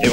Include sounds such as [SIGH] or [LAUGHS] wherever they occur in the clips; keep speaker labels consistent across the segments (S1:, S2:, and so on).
S1: If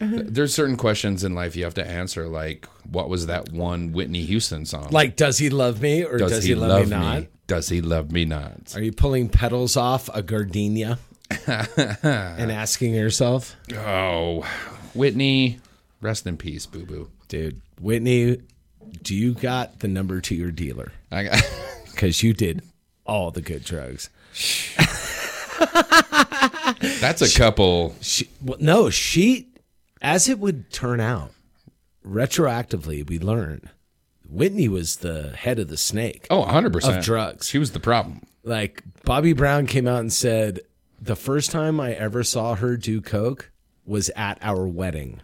S2: there's certain questions in life you have to answer, like what was that one Whitney Houston song?
S3: Like, does he love me or does, he, love, me not?
S2: Does he love me not?
S3: Are you pulling petals off a gardenia and asking yourself,
S2: Oh, Whitney, rest in peace, boo boo.
S3: dude, Whitney, do you got the number to your dealer?
S2: I [LAUGHS] got,
S3: Because you did all the good drugs.
S2: that's a couple.
S3: She, well, no, she, as it would turn out, retroactively, we learn Whitney was the head of the snake.
S2: Oh, 100 percent
S3: Of drugs.
S2: She was the problem. [LAUGHS]
S3: like Bobby Brown came out and said the first time I ever saw her do coke was at our wedding.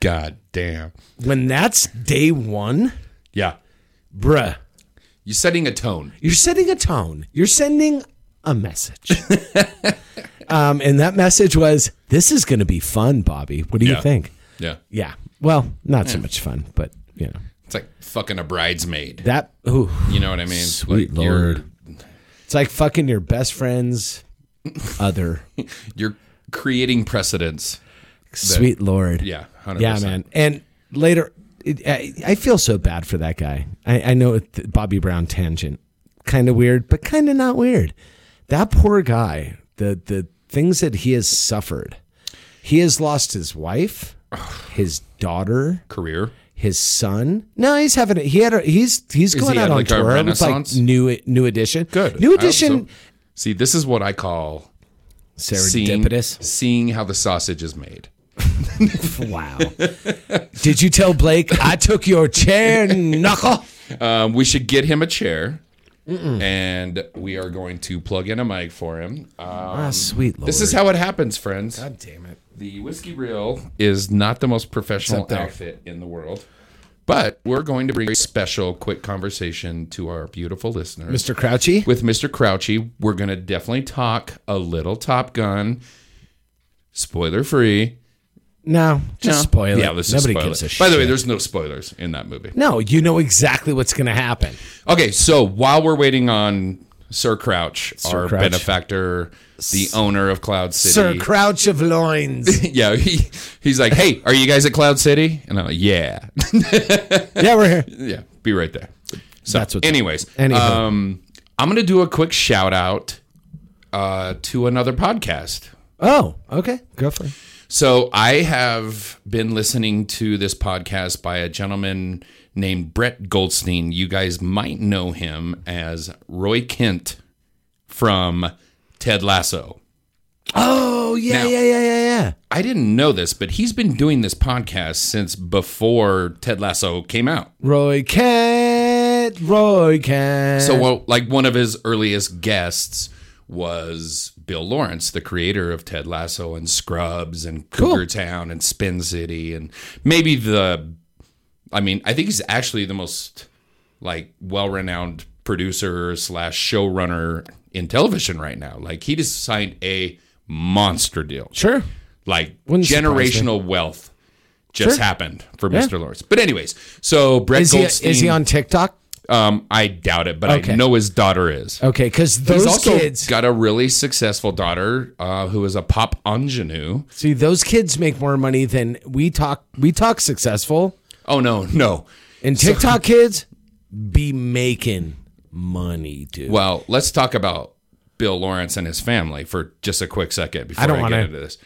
S2: God damn.
S3: When that's day 1,
S2: Yeah,
S3: bruh,
S2: you're setting a tone.
S3: you're setting a tone. You're sending a
S2: [LAUGHS]
S3: message. um and that message was this is going to be fun, Bobby. What do you
S2: Yeah.
S3: think?
S2: Yeah,
S3: Yeah. Well, not so much fun, but you know.
S2: it's like fucking a bridesmaid.
S3: That ooh,
S2: You know what I mean?
S3: Sweet
S2: Like, you're-
S3: Lord. it's like fucking your best friend's
S2: [LAUGHS]
S3: other.
S2: you're creating precedents.
S3: Sweet Lord.
S2: Yeah, 100%.
S3: Yeah, man. And later, it, I, I feel so bad for that guy. I, I know it's the Bobby Brown tangent, kind of weird, but kind of not weird. That poor guy. The the things that he has suffered. He has lost his wife, his daughter,
S2: Career.
S3: his son. No, he's having it. He had a, he's he's
S2: Is
S3: going
S2: he
S3: out
S2: had,
S3: on
S2: like, a
S3: tour with like
S2: renaissance?
S3: new new edition.
S2: Good. I
S3: New
S2: hope
S3: edition.
S2: so. See, this is what I call seeing,
S3: Serendipitous.
S2: seeing how the sausage is made.
S3: Wow. Did you tell Blake I took your chair,
S2: [LAUGHS]
S3: knuckle?
S2: Um, we should get him a chair, and we are going to plug in a mic for him. Um,
S3: Ah, sweet Lord.
S2: this is how it happens, friends.
S3: damn it.
S2: The whiskey reel is not the most professional
S3: there.
S2: outfit in the world, but we're going to bring a special, quick conversation to our beautiful listeners.
S3: Mr. Crouchy?
S2: With Mr. Crouchy, we're going to definitely talk a little Top Gun, spoiler free.
S3: No, just
S2: No.
S3: spoil it.
S2: Yeah, this
S3: Nobody
S2: is spoiler.
S3: gives a shit.
S2: By the way, there's no spoilers in that movie.
S3: no, you know exactly what's going to happen.
S2: Okay, so while we're waiting on Sir Crouch, our
S3: Crouch.
S2: benefactor, the owner of Cloud City.
S3: Sir Crouch
S2: [LAUGHS]
S3: of Loins.
S2: Yeah, he, he's like, hey, are you guys at Cloud City? And I'm like, yeah,
S3: yeah, we're here.
S2: yeah, be right there. So,
S3: That's what's-
S2: anyways,
S3: Anywho.
S2: um, I'm going to do a quick shout out uh, to another podcast.
S3: Oh, okay. Go for it.
S2: So I have been listening to this podcast by a gentleman named Brett Goldstein. You guys might know him as Roy Kent from Ted Lasso.
S3: Oh, yeah,
S2: Now-
S3: yeah, yeah, yeah, yeah.
S2: I didn't know this, but he's been doing this podcast since before Ted Lasso came out.
S3: Roy Kent. Roy Kent.
S2: So, well, like one of his earliest guests was Bill Lawrence, the creator of Ted Lasso and Scrubs and Cougar Town and Spin City, and maybe the. I mean, I think he's actually the most like well-renowned producer slash showrunner in television right now. Like he just signed a monster deal,
S3: Sure.
S2: like
S3: Wouldn't surprise me.
S2: generational wealth. Just
S3: Sure.
S2: happened for
S3: Yeah.
S2: Mr. Lawrence, but anyways, so Brett
S3: Is he,
S2: Goldstein
S3: is he on TikTok?
S2: um, I doubt it, but
S3: Okay.
S2: I know his daughter is.
S3: Okay, because
S2: He's
S3: those
S2: also
S3: kids.
S2: got a really successful daughter uh, who is a pop ingenue.
S3: see, those kids make more money than we talk. We talk successful.
S2: Oh no, no.
S3: And TikTok kids be making money, dude.
S2: Well, let's talk about Bill Lawrence and his family for just a quick second before
S3: I
S2: I,
S3: don't wanna-
S2: get into this.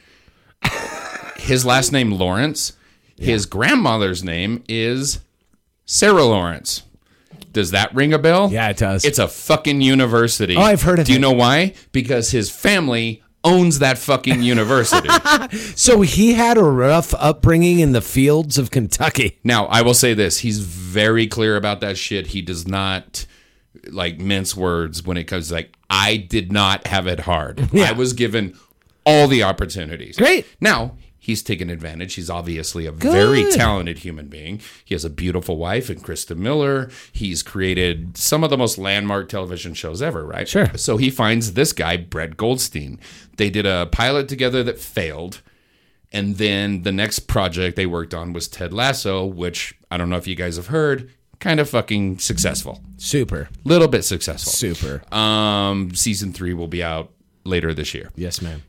S2: his last name Lawrence. His grandmother's name is Sarah Lawrence. Does that ring a bell?
S3: Yeah, it does.
S2: It's a fucking university.
S3: Oh, I've heard of
S2: Do you
S3: it.
S2: know why? Because his family owns that fucking
S3: [LAUGHS]
S2: university.
S3: So he had a rough upbringing in the fields of Kentucky.
S2: Now, I will say this: he's very clear about that shit. He does not like mince words when it comes. Like, I did not have it
S3: [LAUGHS]
S2: hard. I was given all the opportunities.
S3: Great.
S2: Now he's taken advantage. He's obviously a very
S3: Good.
S2: talented human being. He has a beautiful wife and Krista Miller. He's created some of the most landmark television shows ever. Right.
S3: Sure.
S2: So he finds this guy Brett Goldstein. They did a pilot together that failed. And then the next project they worked on was Ted Lasso, which I don't know if you guys have heard, kind of fucking successful.
S3: Super,
S2: Little bit successful.
S3: super.
S2: Um, season three will be out later this year.
S3: yes, ma'am.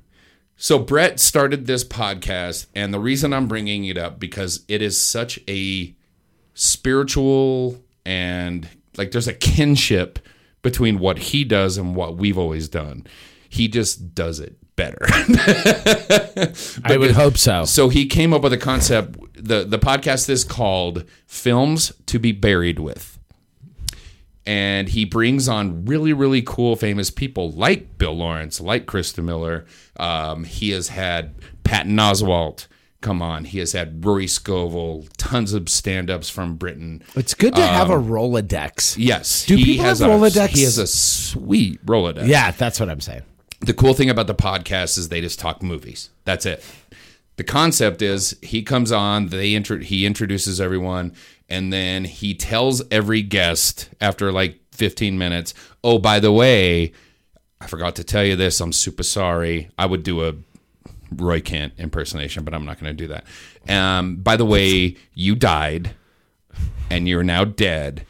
S2: So Brett started this podcast, and the reason I'm bringing it up because it is such a spiritual and like there's a kinship between what he does and what we've always done. He just does it better. [LAUGHS]
S3: I would hope so.
S2: So he came up with a concept. the The podcast is called "Films to Be Buried With," and he brings on really, really cool, famous people like Bill Lawrence, like Krista Miller. Um, he has had Patton Oswalt come on. He has had Rory Scovel, tons of stand ups from Britain.
S3: It's good to have
S2: Um,
S3: a Rolodex.
S2: Yes,
S3: Uh, Do people have
S2: a,
S3: Rolodex?
S2: He has a sweet Rolodex
S3: Yeah, that's what I'm saying.
S2: the cool thing about the podcast is they just talk movies. That's it. The concept is he comes on, they intro, he introduces everyone, and then he tells every guest after like 15 minutes, "Oh, by the way, I forgot to tell you this. I'm super sorry. I would do a Roy Kent impersonation, but I'm not going to do that. Um, by the way, you died, and you're now dead.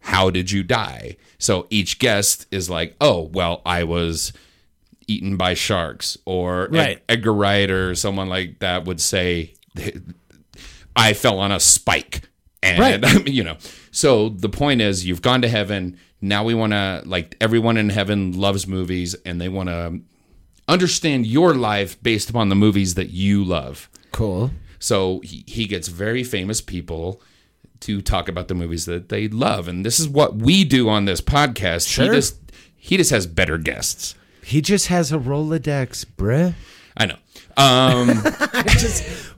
S2: How did you die?" So each guest is like, "Oh, well, I was." eaten by sharks or Ed-
S3: Right.
S2: Edgar Wright or someone like that would say I fell on a spike and [LAUGHS]
S3: Right.
S2: you know so the point is you've gone to heaven now we want to like everyone in heaven loves movies and they want to understand your life based upon the movies that you love
S3: Cool.
S2: so he, he gets very famous people to talk about the movies that they love and this is what we do on this podcast he
S3: Sure.
S2: just he just has better guests
S3: He just has a Rolodex, bruh.
S2: I know. Um,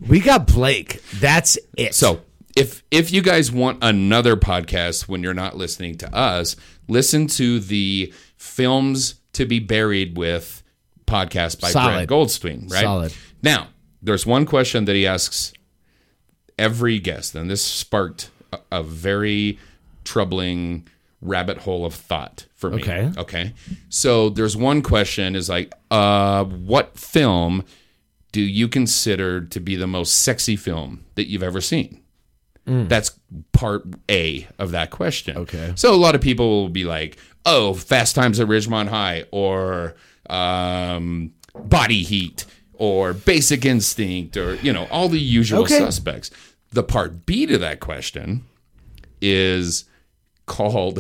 S3: We got Blake. That's it.
S2: so if if you guys want another podcast when you're not listening to us, listen to the films to be buried with podcast by
S3: Solid.
S2: Brett Goldstein. Right.
S3: Solid.
S2: Now, there's one question that he asks every guest, and this sparked a, a very troubling rabbit hole of thought for me.
S3: Okay.
S2: Okay. So there's one question is like, uh, what film do you consider to be the most sexy film that you've ever seen? That's part A of that question.
S3: Mm. Okay.
S2: So a lot of people will be like, oh, Fast Times at Ridgemont High or um, Body Heat or Basic Instinct or, you know, all the usual
S3: Okay.
S2: suspects. The part B to that question is called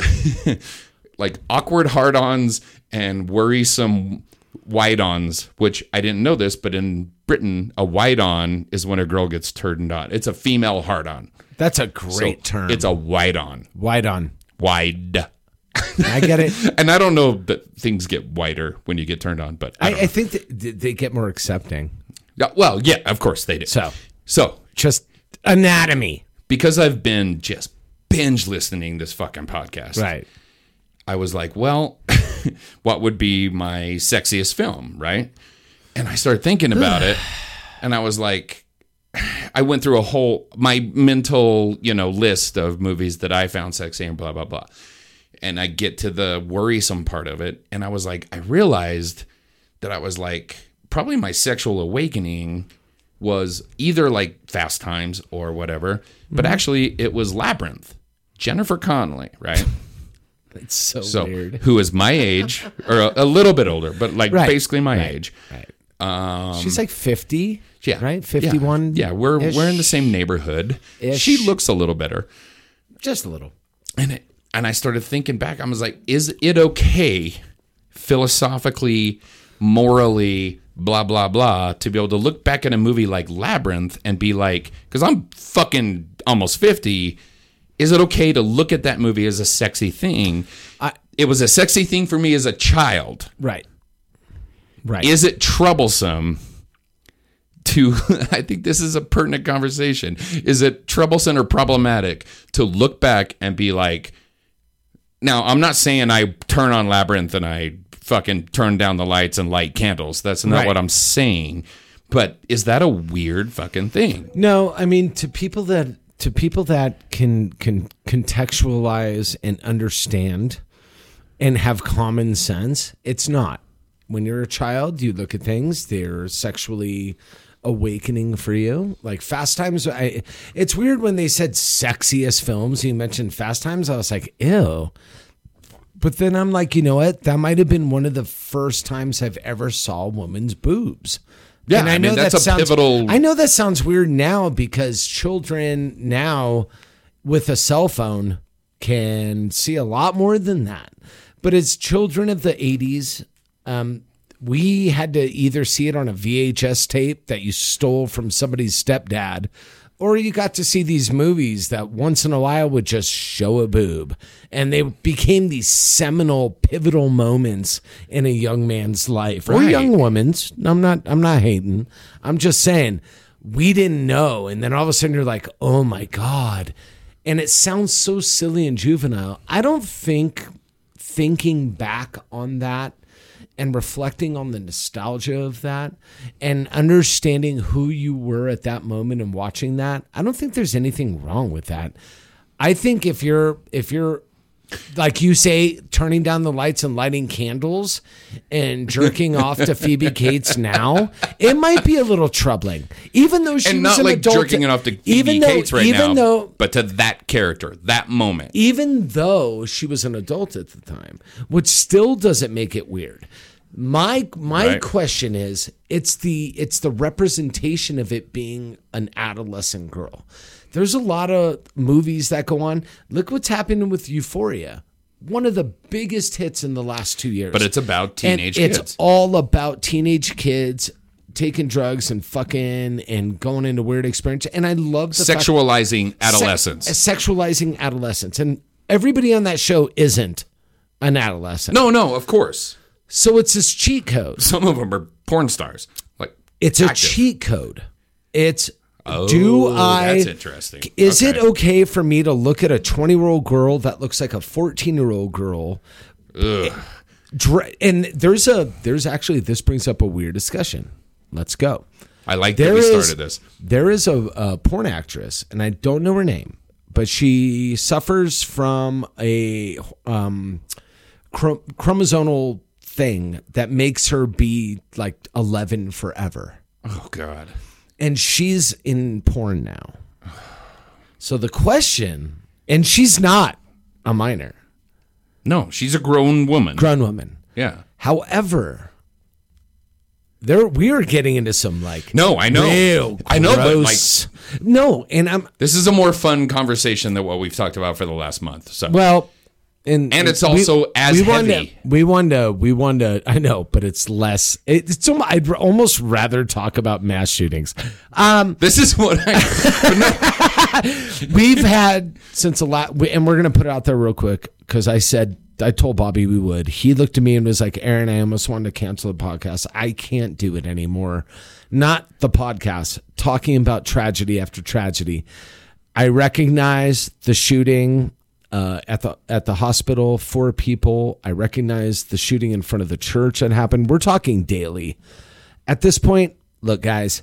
S2: [LAUGHS] like awkward hard ons and worrisome white ons, which I didn't know this, but in Britain, a white on is when a girl gets turned on. It's a female hard on.
S3: that's a great term.
S2: It's a white on.
S3: wide on.
S2: Wide.
S3: I get it.
S2: And I don't know that things get whiter when you get turned on, but [LAUGHS] I,
S3: I,
S2: don't
S3: I think that th- they get more accepting.
S2: know. Yeah, well, yeah, of course they do.
S3: So
S2: so
S3: just anatomy,
S2: because I've been just binge listening this fucking podcast,
S3: right?
S2: I was like, well, [LAUGHS] what would be my sexiest film, right? And I started thinking about it, and I was like, [SIGHS] I went through a whole my mental, you know, list of movies that I found sexy and blah blah blah. And I get to the worrisome part of it, and I was like, I realized that I was like, probably my sexual awakening was either like Fast Times or whatever, but actually it was Labyrinth, Jennifer Connelly, right?
S3: It's so,
S2: so
S3: weird.
S2: who is my age or a, a little bit older but like
S3: Right.
S2: basically my age
S3: She's like fifty.
S2: um, yeah
S3: right.
S2: Yeah.
S3: Fifty-one.
S2: yeah, we're
S3: ish?
S2: we're in the same neighborhood
S3: Ish.
S2: she looks a little better
S3: just a little.
S2: and it, and i started thinking back i was like is it okay philosophically morally blah blah blah to be able to look back at a movie like labyrinth and be like because i'm fucking almost 50 is it okay to look at that movie as a sexy thing?
S3: I-
S2: it was a sexy thing for me as a child.
S3: Right. Right.
S2: Is it troublesome to? [LAUGHS] I think this is a pertinent conversation. Is it troublesome or problematic to look back and be like, now I'm not saying I turn on Labyrinth and I fucking turn down the lights and light candles. That's not
S3: Right.
S2: what I'm saying. But is that a weird fucking thing?
S3: No, I mean to people that to people that can can contextualize and understand and have common sense, it's not. When you're a child, you look at things, they're sexually awakening for you. Like Fast Times, I, it's weird when they said sexiest films, you mentioned Fast Times, I was like, ew. But then I'm like, you know what? That might have been one of the first times I've ever saw a woman's boobs.
S2: Yeah, I mean, that's a
S3: sounds,
S2: pivotal-
S3: I know that sounds weird now because children now with a cell phone can see a lot more than that. But as children of the 80s, um, we had to either see it on a VHS tape that you stole from somebody's stepdad, or you got to see these movies that once in a while would just show a boob. And they became these seminal, pivotal moments in a young man's life or
S2: Right.
S3: young woman's. I'm not I'm not hating. I'm just saying we didn't know. And then all of a sudden you're like, oh my God. And it sounds so silly and juvenile. I don't think thinking back on that and reflecting on the nostalgia of that and understanding who you were at that moment and watching that, I don't think there's anything wrong with that. I think if you're if you're like you say, turning down the lights and lighting candles
S2: [LAUGHS]
S3: and jerking off to Phoebe Cates now, it might be a little troubling. Even though she
S2: and
S3: was
S2: not
S3: an
S2: like
S3: adult,
S2: jerking it off to
S3: even
S2: even
S3: though,
S2: Cates right
S3: even
S2: now,
S3: though
S2: but to that character, that moment.
S3: even though she was an adult at the time, which still doesn't make it weird. My my
S2: Right.
S3: question is, it's the it's the representation of it being an adolescent girl. There's a lot of movies that go on. Look what's happening with Euphoria, one of the biggest hits in the last two years.
S2: But it's about
S3: And
S2: teenage
S3: It's
S2: kids.
S3: all about teenage kids taking drugs and fucking and going into weird experiences. And I love the fact-
S2: Sexualizing adolescence.
S3: Se- sexualizing adolescence. And everybody on that show isn't an adolescent.
S2: no, no, of course.
S3: So it's this cheat code.
S2: Some of them are porn stars. Like
S3: It's
S2: active. Oh,
S3: a cheat code. It's do I
S2: that's interesting.
S3: Is it
S2: Okay.
S3: okay for me to look at a 20 year old girl that looks like a 14 year old girl? Dre- And there's a there's actually this brings up a weird discussion. Let's go.
S2: I like that
S3: There
S2: we
S3: is
S2: started this.
S3: There is a, a porn actress, and I don't know her name, but she suffers from a um, chro- chromosomal thing that makes her be like 11 forever.
S2: Oh God.
S3: And she's in porn now. So the question, and she's not a minor,
S2: No, she's a grown woman.
S3: grown woman.
S2: yeah.
S3: However, there we are getting into some like
S2: No, I know.
S3: real
S2: I know, but like
S3: gross- no, and I'm
S2: this is a more fun conversation than what we've talked about for the last month. So
S3: Well, and
S2: And it's also as
S3: wanted
S2: heavy.
S3: To, we wanted to, we wanted to, I know, but it's less. It, it's almo- I'd almost rather talk about mass shootings. Um,
S2: this is what I [LAUGHS]
S3: we've had since a lot, we- and we're gonna put it out there real quick because I said I told Bobby we would. He looked at me and was like, "Aaron, I almost wanted to cancel the podcast. I can't do it anymore. Not the podcast. Talking about tragedy after tragedy. I recognize the shooting uh, at the at the hospital. Four people. I recognize the shooting in front of the church that happened. We're talking daily. At this point, look, guys,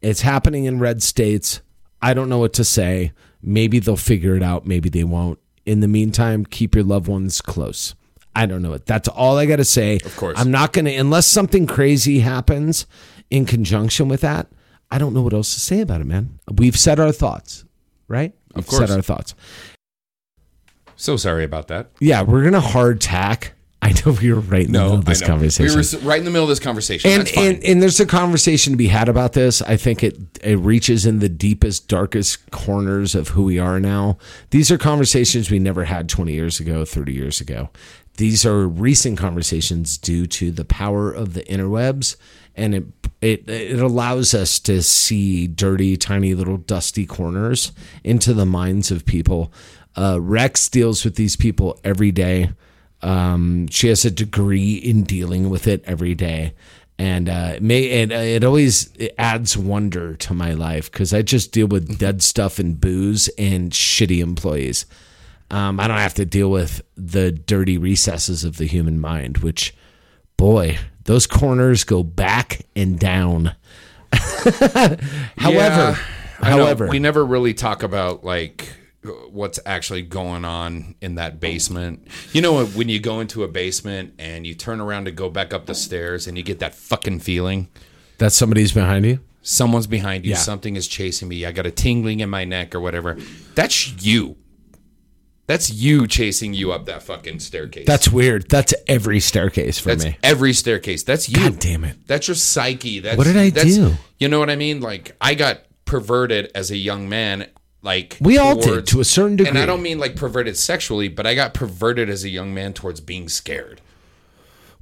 S3: it's happening in red states. I don't know what to say. Maybe they'll figure it out. Maybe they won't. In the meantime, keep your loved ones close. I don't know it. That's all I got to say. Of
S2: course.
S3: I'm not going to, unless something crazy happens in conjunction with that, I don't know what else to say about it, man. We've said our thoughts, right? We've
S2: course.
S3: said our thoughts.
S2: so sorry about that.
S3: Yeah, we're going to hard tack. [LAUGHS] I know we were right in the middle of this
S2: I know.
S3: conversation.
S2: We were s- right in the middle of this conversation.
S3: and,
S2: That's fine.
S3: and and there's a conversation to be had about this. I think it it reaches in the deepest, darkest corners of who we are now. These are conversations we never had 20 years ago, 30 years ago. These are recent conversations due to the power of the interwebs, and it it it allows us to see dirty, tiny little dusty corners into the minds of people. Uh, Rex deals with these people every day. Um, she has a degree in dealing with it every day, and uh, it may it, it always it adds wonder to my life because I just deal with dead stuff and booze and shitty employees. Um, I don't have to deal with the dirty recesses of the human mind, which, boy, those corners go back and down. [LAUGHS] however,
S2: I know.
S3: however,
S2: we never really talk about like what's actually going on in that basement. You know, when you go into a basement and you turn around to go back up the stairs and you get that fucking feeling
S3: that somebody's behind you.
S2: someone's behind you,
S3: Yeah.
S2: something is chasing me, I got a tingling in my neck or whatever. That's you. That's you chasing you up that fucking staircase.
S3: That's weird. That's every staircase for
S2: That's
S3: me.
S2: every staircase. That's you.
S3: God damn it.
S2: That's your psyche. That's
S3: What did I
S2: that's-
S3: do?
S2: You know what I mean? Like I got perverted as a young man. Like
S3: We all did, to a certain
S2: And
S3: degree.
S2: I don't mean like perverted sexually, but I got perverted as a young man towards being scared.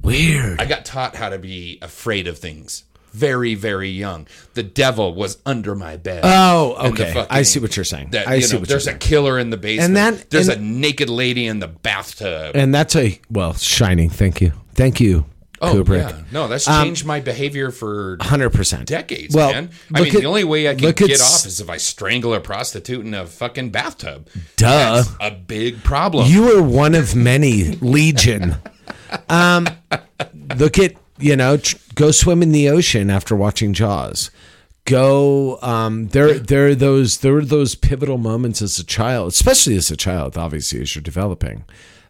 S3: Weird.
S2: I got taught how to be afraid of things. Very, very young. The devil was under my bed.
S3: Oh,
S2: And the
S3: okay.
S2: fucking-
S3: I see what you're saying.
S2: That,
S3: I
S2: you
S3: see
S2: know,
S3: what you're
S2: there's
S3: saying.
S2: a killer in the basement.
S3: that-
S2: there's
S3: and-
S2: a naked lady in the bathtub.
S3: and that's a well, shining. Thank you, thank you,
S2: oh,
S3: Kubrick.
S2: yeah. No, that's
S3: Um,
S2: changed my behavior for
S3: Hundred percent.
S2: decades,
S3: Well,
S2: man. I
S3: look
S2: mean,
S3: at-
S2: the only way I can
S3: look at
S2: get
S3: s-
S2: off is if I strangle a prostitute in a fucking bathtub.
S3: Duh.
S2: That's a big problem.
S3: Uh. You were one of many legion. Um, look at you know, tr- go swim in the ocean after watching Jaws. Go. Um, there, there are those there are those pivotal moments as a child, especially as a child, obviously as you're developing,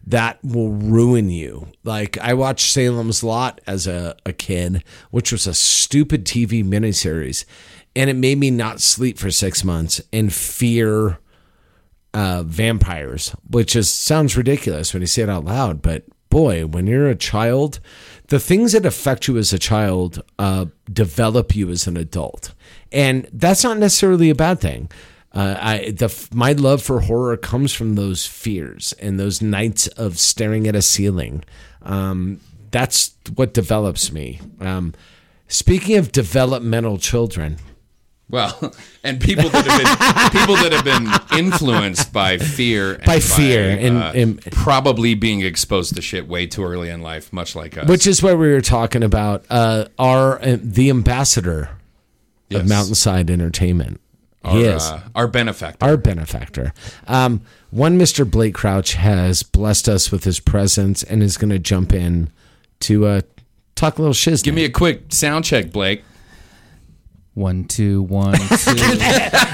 S3: that will ruin you. Like I watched Salem's Lot as a, a kid, which was a stupid TV miniseries, and it made me not sleep for six months and fear uh, vampires, which is sounds ridiculous when you say it out loud, but boy, when you're a child, the things that affect you as a child uh, develop you as an adult, and that's not necessarily a bad thing. Uh, I the f- my love for horror comes from those fears and those nights of staring at a ceiling. Um, that's what develops me. Um, speaking of developmental children,
S2: well, [LAUGHS] and people that have been people that have been influenced by fear, and uh,
S3: By fear and- and-
S2: probably being exposed to shit way too early in life, much like us.
S3: which is what we were talking about, uh, are uh, the ambassador
S2: Yes.
S3: of Mountainside Entertainment.
S2: our,
S3: he is
S2: uh, our benefactor.
S3: our benefactor. Um, one Mr. Blake Crouch has blessed us with his presence and is going to jump in to uh, talk a little shiz.
S2: Give me a quick sound check, Blake. [LAUGHS]
S4: One, two, one, two.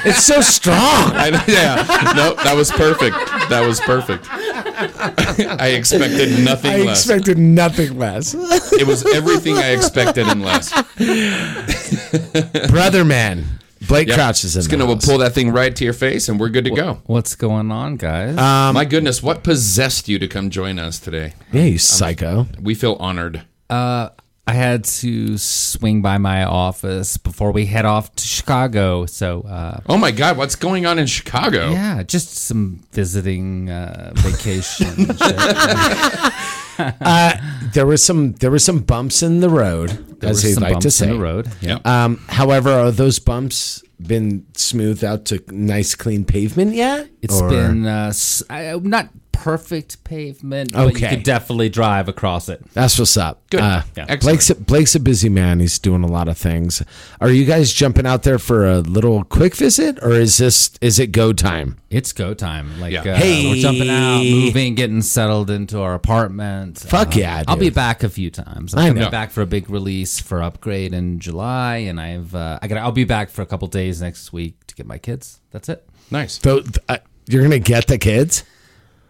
S3: it's so strong.
S2: [LAUGHS] I, yeah, no, that was perfect. That was perfect. [LAUGHS] I expected nothing
S3: I
S2: less.
S3: expected nothing
S2: [LAUGHS]
S3: less.
S2: it was everything I expected and less.
S3: Brother man, Blake Crouch is in
S2: It's
S3: the
S2: gonna
S3: house.
S2: pull that thing right to your face, and we're good to go.
S4: What's going on, guys?
S3: um,
S2: My goodness, what possessed you to come join us today?
S3: Yeah, you psycho.
S2: We feel honored.
S4: I had to swing by my office before we head off to Chicago. So, uh,
S2: Oh my God, what's going on in Chicago?
S4: yeah, just some visiting
S3: [LAUGHS]
S4: uh, vacation. and shit.
S3: There were some there were some bumps in the road,
S4: There
S3: as
S4: were
S3: they
S4: some
S3: like to
S4: bumps
S3: say.
S4: in the road. Yeah.
S3: Um, however, are those bumps been smoothed out to nice, clean pavement yet?
S4: It's
S3: Or-
S4: been uh, s- I- uh, not perfect pavement, but you
S3: Okay.
S4: could definitely drive across it.
S3: That's what's up. Good.
S4: Yeah.
S3: Blake's a, Blake's a busy man. He's doing a lot of things. Are you guys jumping out there for a little quick visit, or is this is it go time?
S4: It's go time. Like,
S2: Yeah.
S4: uh,
S3: Hey.
S4: we're jumping out, moving, getting settled into our apartment. Uh,
S3: Fuck yeah,
S4: I'll be
S3: dude.
S4: back a few times.
S3: I
S4: I'm coming
S3: know.
S4: back for a big release for Upgrade in July, and I've uh, I got I'll be back for a couple days next week to get my kids. That's it.
S2: Nice.
S3: Though uh, you're gonna get the kids,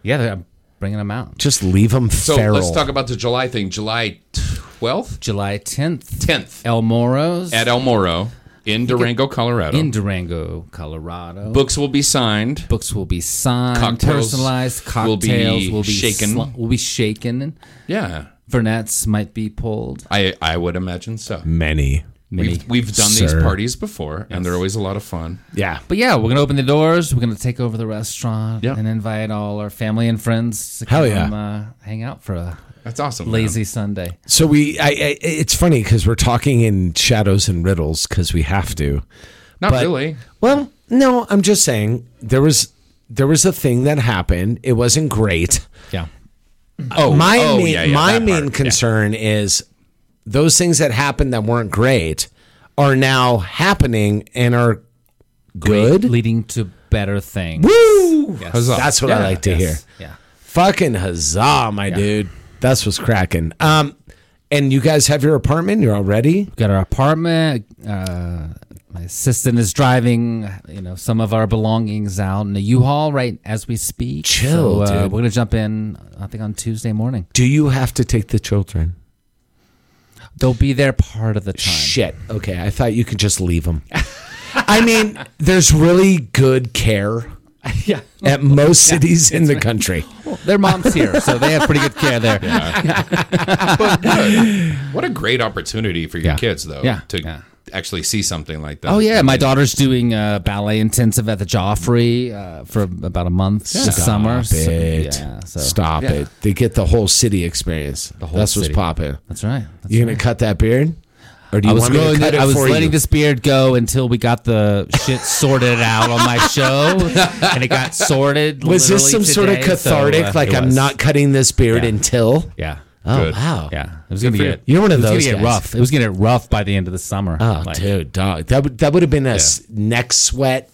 S4: Yeah, they're- um, I'm bringing them out.
S3: just leave them
S2: So
S3: feral.
S2: let's talk about the July thing. July 12th,
S4: July 10th,
S2: 10th
S4: El Moro's
S2: at El Moro in Durango, Colorado.
S4: in Durango, Colorado.
S2: Books will be signed.
S4: Books will be signed,
S2: Cocktails
S4: personalized.
S2: will be
S4: Cocktails will be,
S2: shaken.
S4: sl- will be shaken.
S2: Yeah,
S4: Vernets might be pulled.
S2: I I would imagine so.
S3: many.
S2: We've, we've done these
S3: Sir.
S2: parties before, and they're always a lot of fun.
S3: Yeah,
S4: But yeah, we're gonna open the doors. We're gonna take over the restaurant
S2: Yeah.
S4: and invite all our family and friends to
S3: Hell
S4: come
S3: yeah.
S4: uh, hang out for a
S2: That's awesome. man.
S4: lazy Sunday.
S3: So we, I, I it's funny because we're talking in shadows and riddles because we have to.
S2: Not
S3: but-
S2: really.
S3: Well, no, I'm just saying there was there was a thing that happened. It wasn't great.
S4: Yeah.
S2: Oh,
S3: my
S2: oh,
S3: main,
S2: yeah, yeah,
S3: my
S2: that
S3: main
S2: part, yeah.
S3: concern is those things that happened that weren't great are now happening and are good.
S4: Leading to better things.
S3: Woo!
S2: Huzzah.
S3: That's what I
S4: Yeah,
S3: like to
S4: yes,
S3: hear.
S4: Yeah.
S3: Fucking huzzah, my dude. That's what's cracking. Um, and you guys have your apartment. You're all ready.
S4: got our apartment. Uh, my assistant is driving, you know, some of our belongings out in the U-Haul right as we speak.
S3: Chill,
S4: so, uh,
S3: dude.
S4: We're gonna jump in. I think on Tuesday morning.
S3: Do you have to take the children?
S4: They'll be there part of the time.
S3: Shit. Okay, I thought you could just leave them. [LAUGHS] I mean, there's really good care
S4: [LAUGHS] Yeah.
S3: at most cities in the country.
S4: Their mom's here, [LAUGHS] so they have pretty good care there.
S2: What a great opportunity for your
S4: Yeah.
S2: kids, though.
S4: Yeah,
S2: To
S4: yeah.
S2: actually see something like that.
S4: Oh yeah, my daughter's doing uh, ballet intensive at the Joffrey uh, for about a month this summer.
S3: Stop
S4: So,
S3: it.
S4: yeah, so
S3: Stop it. They get the whole city experience.
S4: whole
S3: That's what's
S4: city.
S3: popping.
S4: that's right. That's
S3: You
S4: right.
S3: gonna cut that beard, or do you
S4: I was
S3: want me to
S4: going.
S3: cut it
S4: I was
S3: for
S4: letting
S3: you?
S4: this beard go until we got the shit sorted out on my
S3: [LAUGHS]
S4: show, and it got sorted.
S3: Was this some
S4: literally
S3: sort of
S4: today, so, uh,
S3: cathartic? like
S4: it
S3: I'm
S4: was.
S3: not cutting this beard
S4: Yeah.
S3: until.
S4: Yeah.
S3: Oh
S2: Good.
S3: wow.
S4: Yeah. It was gonna
S2: for you.
S4: get.
S3: You're one of
S4: it was
S3: those
S4: Gonna
S3: guys.
S4: get rough. It was gonna get rough by the end of the summer.
S3: Oh,
S4: Like,
S3: dude, dog. That would that would have been a s- neck sweat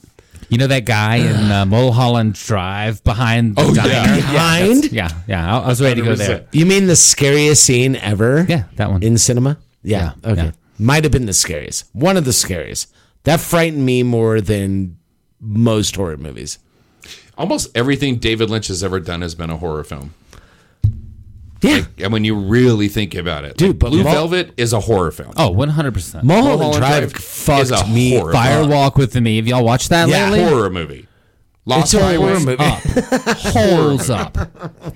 S4: You know that guy
S3: [SIGHS]
S4: in uh, Mulholland Drive behind the
S2: Oh, yeah.
S4: diner?
S3: behind.
S4: Yeah. Yeah. I, I was ready to go there.
S3: You mean the scariest scene ever?
S4: Yeah, that one.
S3: in cinema. Yeah.
S4: Yeah,
S3: okay.
S4: yeah.
S3: Might have been the scariest. One of the scariest. That frightened me more than most horror movies.
S2: Almost everything David Lynch has ever done has been a horror film.
S3: Yeah.
S2: And when you really think about it,
S3: Dude,
S2: like,
S3: but
S2: Blue
S3: Mul-
S2: Velvet is a horror film.
S4: Oh, 100%.
S3: Mulholland,
S2: Mulholland
S3: Drive,
S2: Drive is a
S3: fucked me.
S2: horror.
S4: Firewalk with me. Have y'all watched that
S3: Yeah.
S4: lately?
S2: horror movie. Lost Uh,
S3: It's a
S2: Highway.
S3: horror [LAUGHS] movie.
S4: Up. Holes up.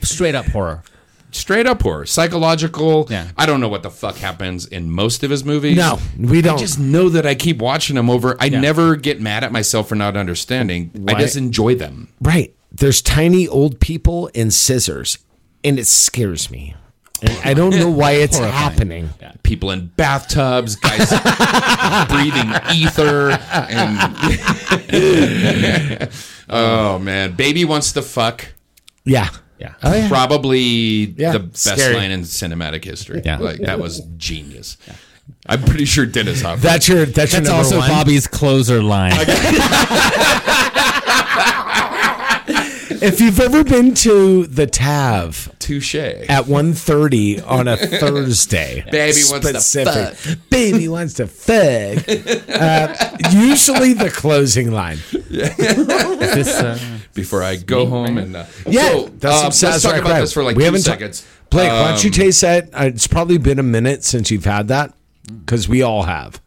S4: Straight up horror.
S2: Straight up horror. Psychological.
S4: Yeah.
S2: I don't know what the fuck happens in most of his movies.
S3: No, we
S2: I
S3: don't.
S2: just know that I keep watching them over. I never get mad at myself for not understanding. I just enjoy them.
S3: Right. There's tiny old people and scissors, and it scares me. And I don't know why it's happening.
S2: People in bathtubs,
S3: [LAUGHS]
S2: guys breathing ether, and [LAUGHS] oh man, baby wants to fuck.
S3: Yeah.
S4: Yeah.
S3: Oh, yeah.
S2: Probably
S3: Yeah.
S2: the best
S3: Scary.
S2: line in cinematic history.
S4: Yeah.
S2: like that was genius. I'm pretty sure Dennis Hopper.
S3: That's your that's, your
S4: That's
S3: number
S4: also
S3: one.
S4: Bobby's closer line.
S3: [LAUGHS] If you've ever been to the Tav
S2: touche.
S3: at 1.30 on a Thursday,
S2: [LAUGHS] Baby wants to
S3: fuck. Baby wants
S2: [LAUGHS]
S3: to fuck. Uh, usually the closing line.
S4: Is this, uh,
S2: before I go home and uh,
S3: [LAUGHS] Yeah,
S2: so,
S3: that's
S2: uh,
S3: some
S2: let's talk
S3: Sazerac
S2: about
S3: crab.
S2: this for like
S3: We
S2: two
S3: haven't ta-
S2: seconds.
S3: Blake, why don't you
S2: Um,
S3: taste that? Uh, It's probably been a minute since you've had that because we all have.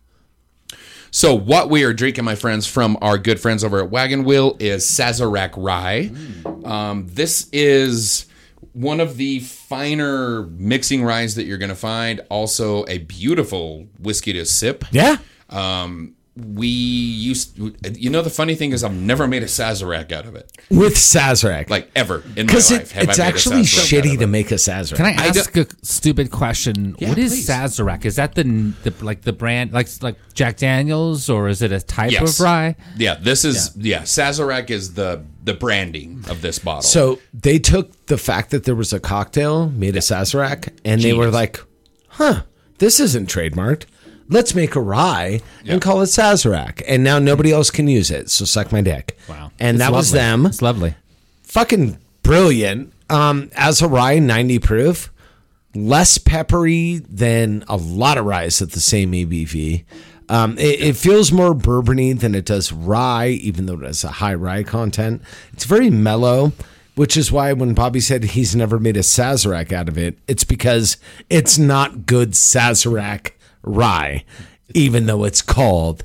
S2: So what we are drinking, my friends, from our good friends over at Wagon Wheel is Sazerac Rye.
S3: Mm.
S2: Um, this is one of the finer mixing ryes that you're going to find. Also, a beautiful whiskey to sip.
S3: Yeah.
S2: Um, we used, you know, the funny thing is, I've never made a Sazerac out of it,
S3: With Sazerac.
S2: like ever in my
S3: Because
S2: life.
S3: it,
S2: have I
S3: it's
S2: made a
S3: actually
S2: Sazerac out of
S3: shitty to
S2: it.
S3: make a Sazerac.
S4: can I
S2: I
S4: ask a stupid question?
S2: Yeah,
S4: what is
S2: please.
S4: Sazerac? Is that the, the like the brand like like Jack Daniels or is it a type
S2: Yes.
S4: of rye?
S2: Yeah, this is yeah. Sazerac is the the branding of this bottle.
S3: So they took the fact that there was a cocktail made a Sazerac, and they were like, "Huh, this isn't trademarked. Let's make a rye and call it Sazerac." And now nobody else can use it. So suck my dick.
S4: Wow.
S3: And
S4: It's
S3: that was
S4: lovely.
S3: them.
S4: It's lovely.
S3: Fucking brilliant. Um, as a rye, ninety proof, less peppery than a lot of ryes at the same ABV. Um, it, it feels more bourbony than it does rye, even though it has a high rye content. It's very mellow, which is why when Bobby said he's never made a Sazerac out of it, it's because it's not good Sazerac rye, even though it's called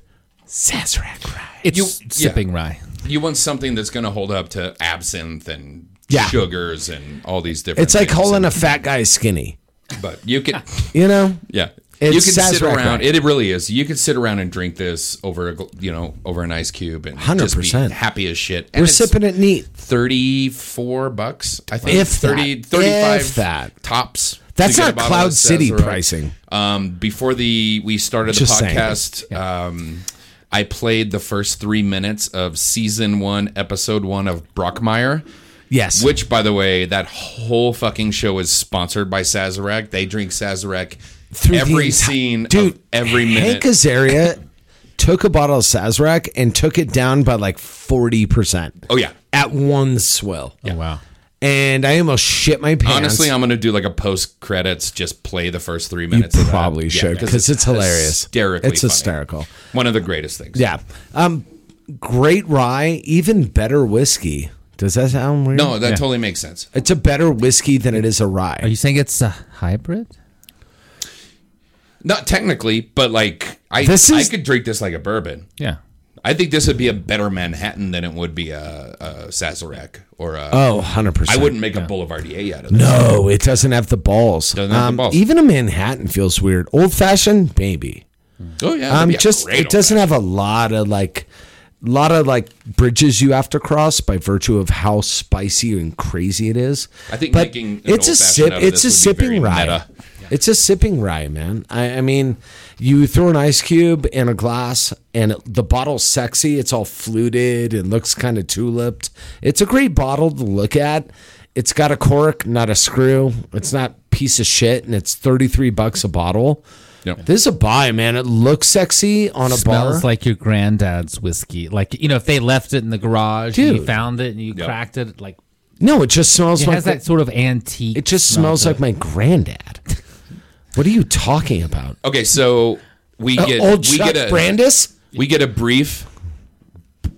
S3: Sazerac rye.
S4: It's
S2: You-
S4: sipping
S2: yeah.
S4: rye.
S2: you want something that's going to hold up to absinthe and
S3: Yeah.
S2: sugars and all these different.
S3: It's like
S2: things.
S3: calling a fat guy skinny.
S2: but you can
S3: You know, [LAUGHS]
S2: yeah.
S3: It's
S2: you can sit
S3: Sazerac,
S2: around.
S3: right?
S2: It really is. You could sit around and drink this over a gl- you know over an ice cube and just be
S3: 100%.
S2: happy as shit. And
S3: We're
S2: it's
S3: sipping it neat.
S2: thirty four bucks. I think
S3: If that.
S2: 30, 35
S3: If that.
S2: tops.
S3: That's
S2: to get a
S3: not
S2: bottle
S3: Cloud
S2: of
S3: City
S2: Sazerac.
S3: pricing.
S2: Um, before the we started the
S3: Just saying.
S2: podcast, um, I played the first three minutes of season one, episode one of Brockmire.
S3: Yes.
S2: Which, by the way, that whole fucking show is sponsored by Sazerac. They drink Sazerac
S3: Through the
S2: every
S3: enti-
S2: scene,
S3: dude.
S2: of every minute.
S3: Hank Azaria took a bottle of Sazerac and took it down by like forty percent.
S2: oh yeah.
S3: at one swill.
S4: Oh, wow.
S3: And I almost shit my pants.
S2: Honestly, I'm gonna do like a post credits. Just play the first three minutes. of that.
S3: probably
S2: Yeah,
S3: should because it's hilarious.
S2: hysterically
S3: it's
S2: funny.
S3: hysterical.
S2: One of the greatest things.
S3: Yeah. Um, great rye, even better whiskey. Does that sound weird?
S2: No, that totally makes sense.
S3: It's a better whiskey than it is a rye.
S4: Are you saying it's a hybrid?
S2: Not technically, but like I,
S3: This
S2: I
S3: is-
S2: could drink this like a bourbon.
S4: Yeah.
S2: I think this would be a better Manhattan than it would be a, a Sazerac or a.
S3: oh, 100%.
S2: I wouldn't make a Boulevardier out of this.
S3: No, it doesn't have the balls. Um,
S2: Doesn't have the balls.
S3: Even a Manhattan feels weird. Old fashioned, maybe.
S2: Oh yeah, that'd
S3: Um,
S2: be a
S3: just
S2: great
S3: it doesn't
S2: old-fashioned.
S3: have a lot of like, lot of like bridges you have to cross by virtue of how spicy and crazy it is.
S2: I think
S3: but
S2: making an
S3: it's a
S2: old-fashioned
S3: sip.
S2: out of
S3: It's a
S2: this would be
S3: sipping
S2: very
S3: rye.
S2: meta.
S3: It's a sipping rye, man. I, I mean, you throw an ice cube in a glass, and it, the bottle's sexy. It's all fluted and looks kind of tuliped. It's a great bottle to look at. It's got a cork, not a screw. It's not piece of shit, and it's thirty three bucks a bottle.
S2: Yep.
S3: This is a buy, man. It looks sexy on a
S4: Smells
S3: bar.
S4: like your granddad's whiskey. Like you know, if they left it in the garage, and you
S3: Dude.
S4: found it and you
S2: Yep.
S4: cracked it, like
S3: no, it just smells
S4: it
S3: like
S4: has that sort of antique.
S3: it just
S4: smell
S3: smells
S4: to
S3: like my granddad. What are you talking about?
S2: Okay, so we get
S3: Uh, Old
S2: we
S3: Chuck
S2: get a
S3: Brandis?
S2: we get a brief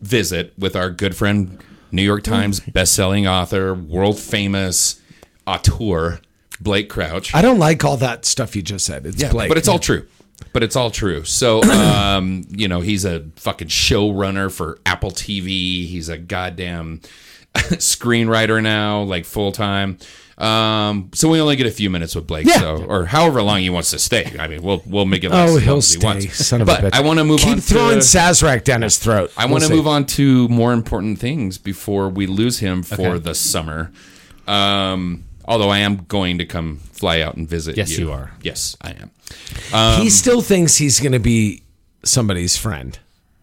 S2: visit with our good friend, New York Times
S3: Oh.
S2: best-selling author, world famous auteur Blake Crouch.
S3: I don't like all that stuff you just said. It's Blake.
S2: But it's all true. But it's all true.
S3: [COUGHS]
S2: So, um, you know, he's a fucking showrunner for Apple TV. He's a goddamn [LAUGHS] screenwriter now, like full time. Um, so we only get a few minutes with Blake,
S3: Yeah.
S2: so or however long he wants to stay. I mean, we'll we'll make it. Last
S3: Oh,
S2: as long
S3: he'll
S2: as he
S3: stay.
S2: wants.
S3: Son of
S2: but
S3: a bitch.
S2: I want to move
S3: Keep
S2: on.
S3: throwing
S2: to,
S3: Sazerac down his throat.
S2: I want to move on to more important things before we lose him for the summer. Um, although I am going to come fly out and visit.
S4: Yes, you are.
S2: Yes, Um, I am.
S3: he still thinks he's going to be somebody's friend.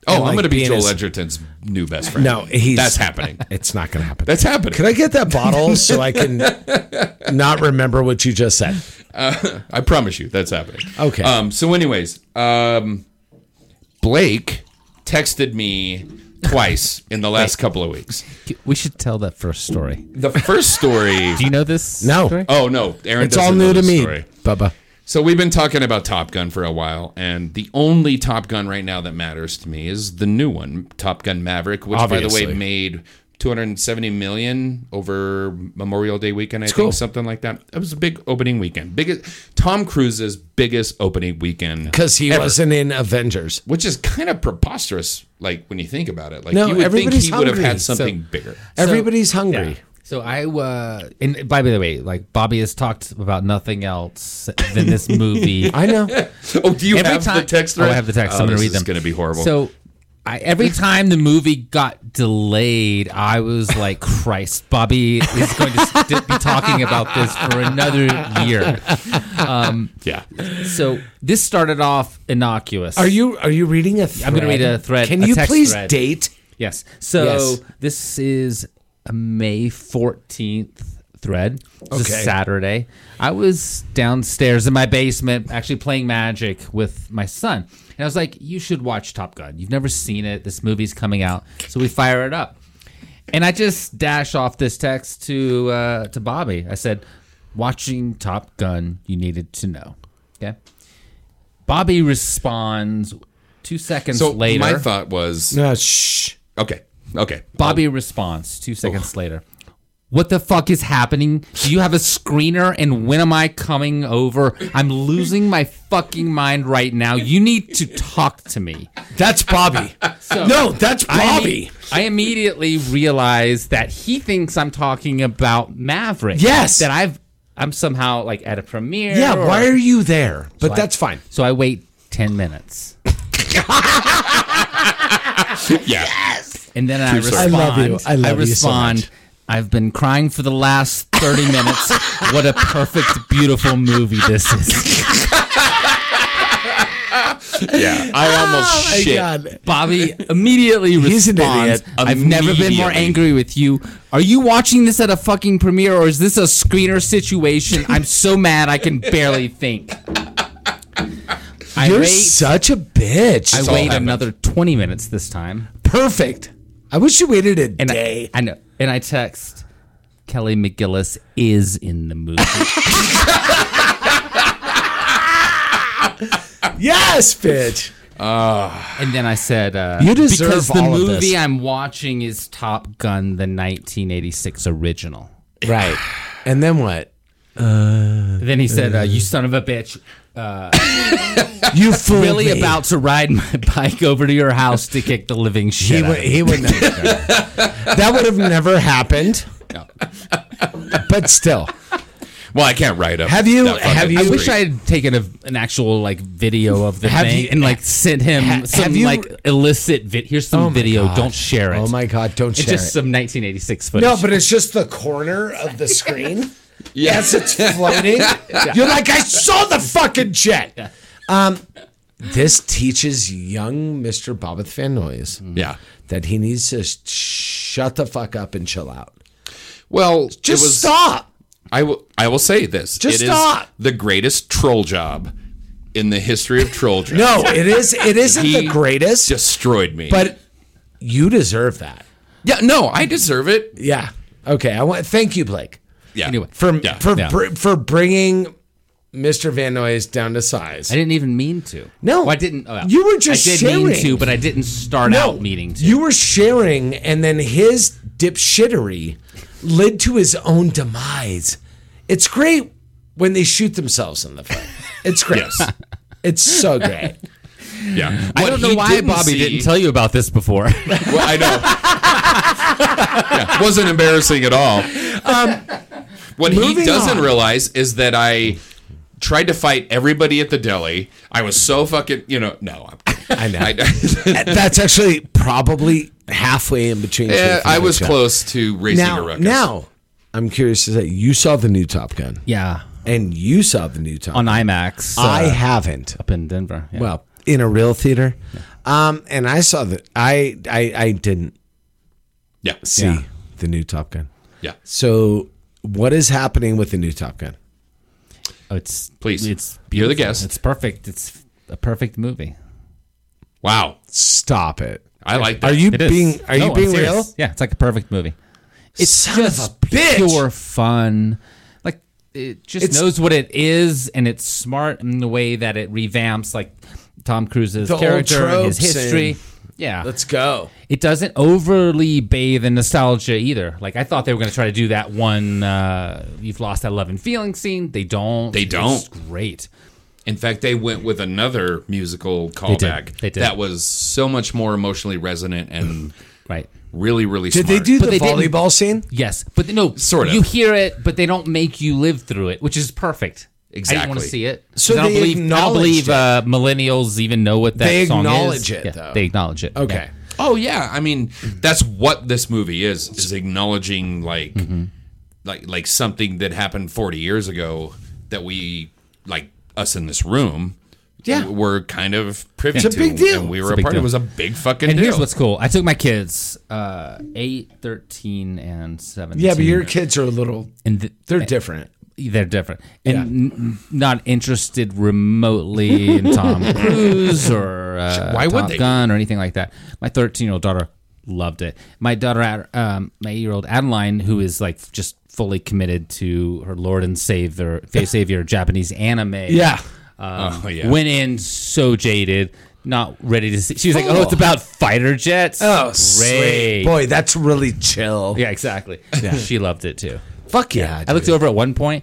S2: Oh,
S3: And,
S2: I'm
S3: like,
S2: going to be
S3: being
S2: Joel
S3: his-
S2: Edgerton's new best friend.
S3: No, he's-
S2: that's
S3: [LAUGHS]
S2: happening.
S3: It's not going to happen.
S2: That's happening.
S3: Could I get that bottle so I can not remember what you just said?
S2: I promise you, that's happening.
S3: Okay.
S2: Um. So, anyways, um, Blake texted me twice in the last couple of weeks.
S4: it. We should tell that first story.
S2: The first
S3: [LAUGHS]
S2: story.
S4: Do you know this?
S3: No.
S4: story?
S2: oh no, Aaron.
S3: It's all
S2: doesn't know
S3: new to
S2: this
S3: me,
S2: story.
S3: Bubba.
S2: So we've been talking about Top Gun for a while, and the only Top Gun right now that matters to me is the new one, Top Gun Maverick, which by the
S3: Obviously.
S2: way made 270 million over Memorial Day weekend, I think
S3: cool.
S2: something like that. It was a big opening weekend. Biggest Tom Cruise's biggest opening weekend.
S3: Because he
S2: ever,
S3: wasn't in Avengers.
S2: which is kind of preposterous like when you think about it. Like
S3: No,
S2: you would think
S3: everybody's
S2: he would have
S3: hungry,
S2: had
S3: so-
S2: something bigger.
S3: Everybody's hungry.
S4: So I uh, and by the way, like Bobby has talked about nothing else than this [LAUGHS] movie.
S3: I know.
S2: [LAUGHS] Oh, do you have the
S4: time-
S2: text
S4: Oh, I
S2: thread?
S4: have the text.
S2: Oh,
S4: I'm gonna
S2: this
S4: read
S2: is
S4: them.
S2: gonna be horrible.
S4: So, I, every time the movie got delayed, I was like, "Christ, Bobby is going to st- be talking about this for another
S2: [LAUGHS]
S4: year." Um,
S2: yeah.
S4: So this started off innocuous.
S3: Are you are you reading a thread?
S4: I'm gonna read a thread,
S3: Can
S4: a
S3: you
S4: text
S3: please
S4: thread.
S3: date?
S4: Yes. So
S3: Yes.
S4: this is a May 14th thread. It's a
S3: Okay.
S4: Saturday. I was downstairs in my basement actually playing Magic with my son. And I was like, you should watch Top Gun. You've never seen it. This movie's coming out. So we fire it up. And I just dash off this text to uh, to Bobby. I said, watching Top Gun, you needed to know. Okay. Bobby responds two seconds
S2: So
S4: later.
S2: my thought was
S3: No, shh.
S2: okay. Okay.
S4: Bobby responds two seconds later. What the fuck is happening? Do you have a screener? And when am I coming over? I'm losing my fucking mind right now. You need to talk to me.
S3: That's Bobby. no, that's
S4: I imme-
S3: Bobby.
S4: I, immediately realized that he thinks I'm talking about Maverick.
S3: Yes.
S4: That I've I'm somehow like at a premiere.
S3: yeah,
S4: or-
S3: why are you there? But that's fine.
S4: So I wait ten [LAUGHS] minutes.
S2: Yeah.
S4: And then I
S2: sorry.
S4: respond.
S2: I
S3: love you. I love you so
S4: respond.
S3: much.
S4: I've been crying for the last 30 [LAUGHS] minutes. What a perfect, beautiful movie this is.
S2: yeah, I almost
S3: my
S2: shit.
S3: God.
S4: Bobby immediately
S3: He's an
S4: responds,
S3: idiot.
S4: I've never been more
S2: Immediately.
S4: angry with you. Are you watching this at a fucking premiere or is this a screener situation? I'm so mad I can barely think. I
S3: You're
S4: wait,
S3: such a bitch.
S4: I
S2: all
S4: wait
S2: happened.
S4: another 20 minutes this time.
S3: Perfect. I wish you waited a
S4: And
S3: day.
S4: I, I know. And I text Kelly McGillis is in the movie.
S3: yes, bitch.
S4: and then I said, uh,
S3: You deserve
S4: because the
S3: all of
S4: movie
S3: this."
S4: I'm watching is Top Gun, the 1986 original. [SIGHS]
S3: Right. And then what?
S4: Then he said, uh, "You son of a bitch! uh,
S3: [LAUGHS]
S4: [LAUGHS]
S3: You fooled
S4: Really
S3: me.
S4: about to ride my [LAUGHS] bike over to your house to kick the living
S3: He
S4: shit out
S3: would.
S4: of you."
S3: He would
S4: [LAUGHS]
S3: never. that would have never happened. But still,
S2: Well, I can't write up.
S3: Have you-
S2: that fucking
S3: have you-
S4: I
S2: street.
S4: wish I had taken a, an actual like video of the
S3: Have
S4: thing
S3: you-
S4: and like sent him
S3: ha-
S4: some
S3: have you-
S4: like illicit vid. Here's some
S3: Oh my
S4: video.
S3: God.
S4: Don't share it.
S3: Oh my God, don't
S4: it's
S3: share
S4: just
S3: it.
S4: some 1986 footage.
S3: no. But it's just the corner of the screen.
S2: Yes,
S3: it's
S4: [LAUGHS]
S3: floating. You're like, I saw the fucking jet. Um, this teaches young Mr. Bobbitt Van Noyes
S2: [LAUGHS] yeah.
S3: that he needs to sh- shut the fuck up and chill out.
S2: Well,
S3: Just
S2: it was,
S3: stop.
S2: I will. I will say this.
S3: Just
S2: It is
S3: stop.
S2: the greatest troll job in the history of troll jobs.
S3: No, it is.
S4: [LAUGHS]
S3: It isn't
S2: He
S3: the greatest,
S2: destroyed me.
S3: but you deserve that.
S2: yeah, no, I deserve it.
S3: Yeah. Okay. I want. Thank you, Blake,
S2: Yeah.
S4: Anyway.
S3: for
S2: Yeah,
S3: for
S4: yeah.
S3: br- for bringing Mr. Van Noyes down to size.
S4: I didn't even mean to.
S3: No.
S4: Well, I didn't. oh,
S3: You were just
S4: I did mean
S3: sharing.
S4: to, but I didn't start out meaning to.
S3: You were sharing, and then his dipshittery led to his own demise. It's great when they shoot themselves in the foot. It's great.
S2: Yes.
S3: [LAUGHS] It's so great.
S2: Yeah.
S4: I don't know why Bobby didn't
S2: [LAUGHS]
S4: tell you about this before.
S2: Well, I know. yeah, wasn't embarrassing at all. what he
S3: moving
S2: doesn't
S3: on.
S2: realize is that I tried to fight everybody at the deli. I was so fucking, you know, no. I'm, [LAUGHS]
S3: I know.
S2: I,
S3: That's actually probably halfway in between.
S2: Yeah,
S3: Tokyo
S2: Eh, I was
S3: Hotel.
S2: close to raising a
S3: Now,
S2: ruckus.
S3: now, I'm curious to say you saw the new Top Gun,
S4: [LAUGHS] yeah,
S3: and you saw the new
S4: [LAUGHS]
S3: Top.
S4: on
S3: Gun.
S4: IMAX.
S3: I
S4: uh,
S3: haven't.
S4: up in Denver. yeah.
S3: Well, in a real theater, um, and I saw that. I I I didn't
S2: yeah,
S3: see the new Top Gun.
S2: yeah.
S3: So, what is happening with the new Top Gun?
S4: Oh, it's
S2: Please,
S4: It's
S2: you're the
S4: beautiful.
S2: guest.
S4: It's perfect. It's a perfect movie.
S2: Wow,
S3: Stop it.
S2: I like that.
S3: Are you
S4: It is.
S3: being Are
S4: No,
S3: you
S4: I'm
S3: being
S4: serious.
S3: real?
S4: Yeah, it's like a perfect movie. It's
S3: Son of
S4: just
S3: a bitch.
S4: pure fun. Like it just
S3: It's-
S4: knows what it is, and it's smart in the way that it revamps like Tom Cruise's
S3: The old
S4: character, and his
S3: tropes
S4: history.
S3: and-
S4: yeah,
S3: Let's go.
S4: it doesn't overly bathe in nostalgia either. Like I thought they were going to try to do that one. Uh, you've lost that love and feeling scene. They don't.
S2: They
S4: It's
S2: don't.
S4: great.
S2: In fact, they went with another musical
S4: They did.
S2: callback
S4: They did.
S2: that was so much more emotionally resonant and
S4: Right.
S2: really, really.
S3: Did they
S2: smart.
S3: do
S4: But
S3: the
S4: they didn't.
S3: volleyball scene?
S4: Yes, but no,
S2: Sort of.
S4: You hear it, but they don't make you live through it, which is perfect. I didn't want to
S2: Exactly.
S4: see it.
S3: So
S4: 'Cause I don't
S3: they
S4: believe, I don't
S3: acknowledged
S4: believe
S3: it.
S4: uh, millennials even know what that
S3: They
S4: song is.
S3: acknowledge it,
S4: Yeah,
S3: though.
S4: They acknowledge it.
S3: Okay.
S4: Yeah.
S2: Oh yeah, I mean that's what this movie is is acknowledging like
S3: Mm-hmm.
S2: like like something that happened 40 years ago that we like us in this room
S3: Yeah.
S2: w- were kind of privy
S3: It's a
S2: to
S3: big deal.
S2: and we
S4: It's
S2: were
S4: a
S2: a
S4: big
S2: part
S4: deal.
S2: it was a big fucking
S4: And
S2: deal.
S4: here's what's cool. I took my kids, uh, 8, 13, and 17.
S3: Yeah, but your kids are a little.
S4: and th-
S3: They're different.
S4: they're different and n- not interested remotely in Tom
S2: [LAUGHS]
S4: Cruise or uh,
S2: Why would
S4: Top
S2: they be?
S4: Gun or anything like that. My 13 year old daughter loved it. My daughter, Ad- um, my eight year old Adeline, who is like just fully committed to her Lord and Savior,
S2: [LAUGHS]
S4: Savior Japanese anime.
S3: Yeah.
S4: Um,
S2: Oh, yeah.
S4: Went in so jaded, not ready to see. She was like, "Oh, it's about fighter jets."
S3: Oh,
S4: great.
S3: sweet. boy, that's really chill.
S4: Yeah, exactly. [LAUGHS] she loved it too.
S3: Fuck yeah.
S4: I looked
S3: dude.
S4: over at one point.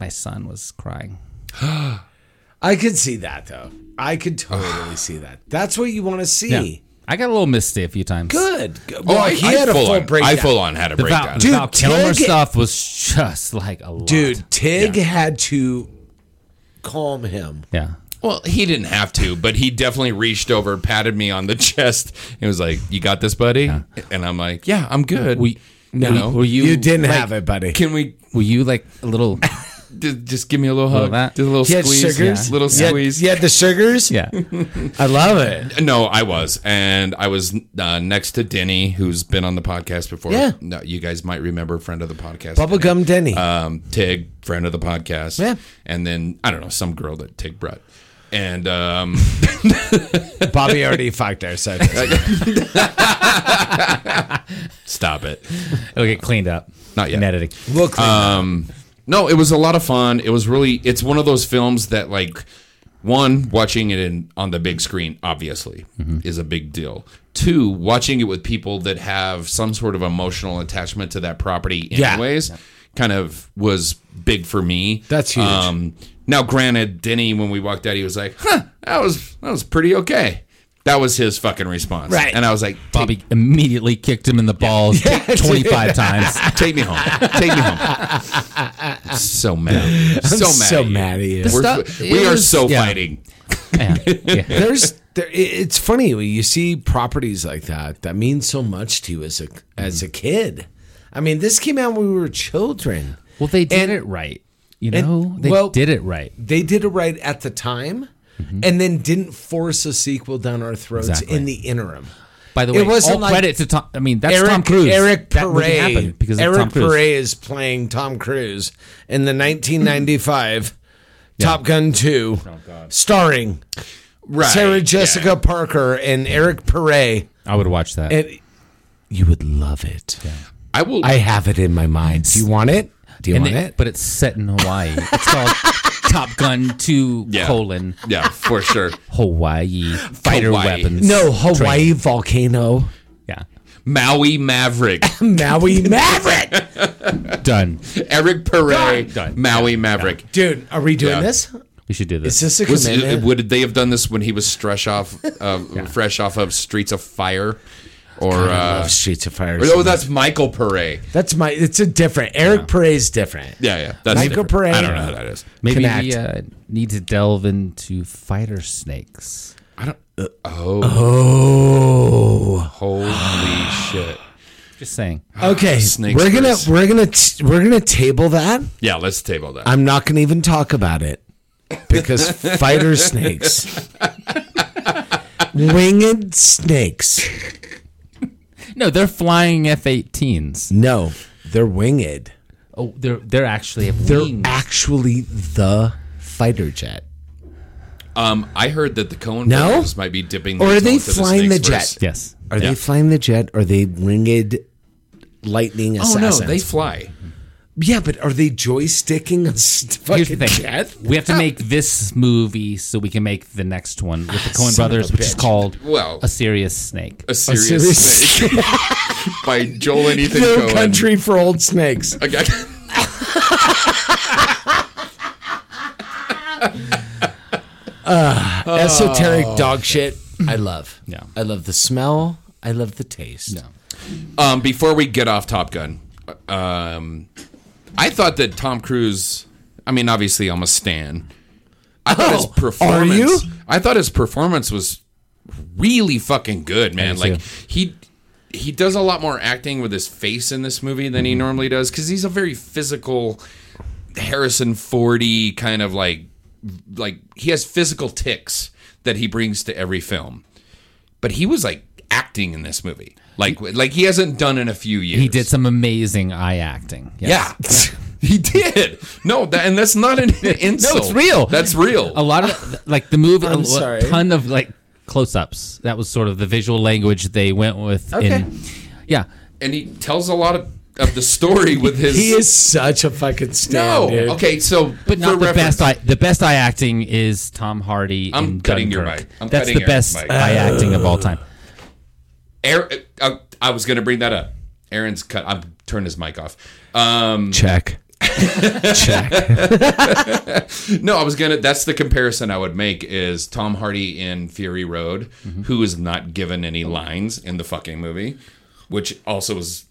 S4: My son was crying.
S3: [GASPS] I could see that though. I
S4: [SIGHS]
S3: could totally see that. That's what you want to see.
S4: I got a little misty a few times.
S3: Good.
S2: Oh,
S3: Well,
S2: I,
S3: he
S2: I
S3: had a
S2: full
S3: full
S2: on,
S3: breakdown.
S2: I full on had a
S4: The Val,
S2: breakdown.
S4: the
S3: Dude,
S4: Val Kilmer
S3: Tig-
S4: stuff was just like a lot.
S3: Dude, Tig had to calm him.
S4: Yeah.
S2: Well, he didn't have to, but he definitely reached over, patted me on the [LAUGHS] chest, and was like, "You got this, buddy." And I'm like, "Yeah, I'm good."
S4: We,
S2: You know?
S4: were you,
S3: You didn't
S4: like,
S3: have it, buddy.
S2: can we
S4: Were you like a little
S2: D- just give me a little hug.
S4: that.
S2: Just a little
S3: He had
S2: sugars,
S3: sugars?
S2: Little
S3: Yeah,
S2: squeeze.
S3: yeah, the sugars.
S4: Yeah.
S3: I love it.
S2: No, I was, and I was uh, next to Denny, who's been on the podcast before.
S3: Yeah.
S2: no, you guys might remember, friend of the podcast,
S3: Bubblegum Denny.
S2: um, Tig, friend of the podcast.
S3: Yeah.
S2: and then I don't know some girl that Tig brought, and
S3: [LAUGHS]
S2: um,
S4: [LAUGHS]
S3: Bobby already fucked her. So
S2: stop it.
S4: It'll get cleaned up.
S2: [LAUGHS] Not yet.
S4: In editing.
S3: we'll clean
S2: uh,
S3: that.
S2: No, it was a lot of fun. It was really. It's one of those films that like. One, watching it in, on the big screen obviously
S3: Mm-hmm.
S2: is a big deal. Two, watching it with people that have some sort of emotional attachment to that property,
S3: Yeah.
S2: anyways, kind of was big for me. Um,
S3: That's huge.
S2: now, granted, Denny, when we walked out, he was like, "Huh, that was that was pretty okay." That was his fucking response,
S3: Right.
S2: And I was like, "Take
S4: Bobby immediately kicked him in the
S3: [LAUGHS]
S4: balls 25 times.
S2: Take me home. Take me
S3: [LAUGHS]
S2: home. So mad. so mad.
S3: so
S2: at you.
S3: mad at you.
S2: We're,
S4: stuff
S2: we are
S4: is-
S2: so
S4: yeah.
S2: fighting.
S4: Yeah. Yeah.
S3: [LAUGHS] There's there, it- it's funny when you see properties like that that mean so much to you as a as
S2: Mm-hmm.
S3: a kid. I mean, this came out when we were children.
S4: Well, they did
S3: And-
S4: it right. You
S3: and-
S4: know, they
S3: well-
S4: did it right.
S3: They did it right at the time, and then didn't force a sequel down our throats
S4: Mm-hmm. Exactly.
S3: in the interim.
S4: By the
S3: It
S4: way,
S3: wasn't
S4: all
S3: like-
S4: credit to Tom. I mean, that's
S3: Eric
S4: Tom Cruise.
S3: Eric
S4: That wouldn't
S3: Perret
S4: happen because of
S3: Eric
S4: Tom Cruise.
S3: Perret is playing Tom Cruise in the
S4: [CLEARS THROAT]
S3: 1995 Top Gun 2, starring
S2: Right.
S3: Sarah
S2: yeah.
S3: Jessica Parker and Eric Perret.
S4: I would watch that.
S3: And you would love it.
S2: I will.
S3: I have it in my mind. Do you want it? Do you
S4: And
S3: want
S4: they-
S3: it?
S4: But it's set in Hawaii. It's called
S3: [LAUGHS]
S4: Top Gun 2
S2: Yeah.
S4: colon
S2: yeah, for sure.
S4: Hawaii fighter
S2: Hawaii.
S4: weapons.
S3: No, Hawaii
S4: [LAUGHS]
S3: volcano,
S4: Yeah. [LAUGHS]
S2: Maui Maverick,
S3: Maui Maverick.
S4: Done.
S2: Eric Perret,
S4: Done.
S2: Maui Maverick.
S3: Dude, are we doing
S2: Yeah.
S3: this?
S4: We should do
S3: Is
S4: this.
S3: this a
S2: Was,
S3: commitment?
S2: would they have done this when he was fresh off, uh,
S4: [LAUGHS]
S2: fresh off of Streets of Fire, or
S3: I
S2: uh,
S3: love Streets of Fire.
S2: or-
S3: so
S2: oh,
S3: much.
S2: that's Michael Perret.
S3: That's my. It's a different. Eric Perret's different.
S2: Yeah, yeah, that's
S3: Michael
S2: different.
S3: Perret.
S2: I don't know who that is.
S4: Maybe
S3: Connect.
S4: we uh, need to delve into fighter snakes.
S2: I don't. oh,
S3: Oh.
S4: [SIGHS]
S2: holy shit!
S4: Just saying.
S2: [SIGHS]
S3: Okay.
S2: Snakes
S3: we're gonna
S2: first.
S3: we're gonna t- we're gonna table that.
S2: Yeah, let's table that.
S3: I'm not gonna even talk about it
S2: [LAUGHS]
S3: because fighter snakes, winged snakes.
S4: No, they're flying F-18s.
S3: No, they're winged.
S4: Oh, they're they're actually have
S3: They're
S4: wings.
S3: actually the fighter jet.
S2: Um, I heard that the Cohen
S3: No?
S2: brothers might be dipping.
S3: Or
S2: their
S3: are they
S2: toe into
S3: flying
S2: snakes
S3: the jet?
S2: first.
S4: yes.
S3: Are
S2: Yeah.
S3: they flying the jet? Are they winged lightning
S2: Oh
S3: assassins?
S2: no, they fly.
S3: yeah, but are they joysticking a s- [LAUGHS]
S4: Here's the
S3: fucking
S4: thing.
S3: jet?
S4: We have to make this movie so we can make the next one with the Coen
S3: Ah, Son of a
S4: brothers, which is
S3: bitch.
S4: called
S2: Well-
S4: A Serious Snake.
S2: A serious,
S3: serious [LAUGHS]
S2: snake by Joel and Ethan
S3: No
S2: Cohen.
S3: country for old snakes.
S2: Okay. [LAUGHS]
S3: Esoteric dog shit. I love.
S4: Yeah.
S3: I love the smell. I love the taste.
S2: um, before we get off Top Gun, um, I thought that Tom Cruise. I mean, obviously, I'm a stan. I thought his
S3: Oh, are
S2: performance.
S3: you?
S2: I thought his performance was really fucking good, man.
S4: do
S2: Like
S4: too.
S2: he he does a lot more acting with his face in this movie than
S3: Mm-hmm.
S2: he normally does because he's a very physical Harrison Fordy kind of like like he has physical ticks that he brings to every film, but he was like acting in this movie. Like, like he hasn't done in a few years.
S4: He did some amazing eye acting. Yes.
S2: Yeah. [LAUGHS] He did. No, that, and
S4: [LAUGHS]
S2: that's not an insult.
S4: it's real.
S2: That's real.
S4: a lot of like the movie
S3: I'm
S4: a
S3: sorry.
S4: ton of like close-ups that was sort of the visual language they went with
S3: Okay.
S4: in yeah
S2: and he tells a lot of, of the story with his.
S3: He is such a fucking stan,
S2: no.
S3: dude.
S2: Okay, so
S4: but not
S2: for
S4: the
S2: reference-
S4: best eye the best eye acting is tom hardy
S2: I'm
S4: in
S2: cutting your
S4: Dunkirk.
S2: mic. I'm
S4: that's
S2: cutting
S4: the
S2: your
S4: best
S2: mic.
S4: eye acting
S3: Uh,
S4: of all time
S2: Aaron, uh, I was going to bring that up. Aaron's cut. I've turned his mic off. Um,
S3: Check. Check.
S2: no, I was gonna. That's the comparison I would make is Tom Hardy in Fury Road, who is not given any lines in the fucking movie, which also is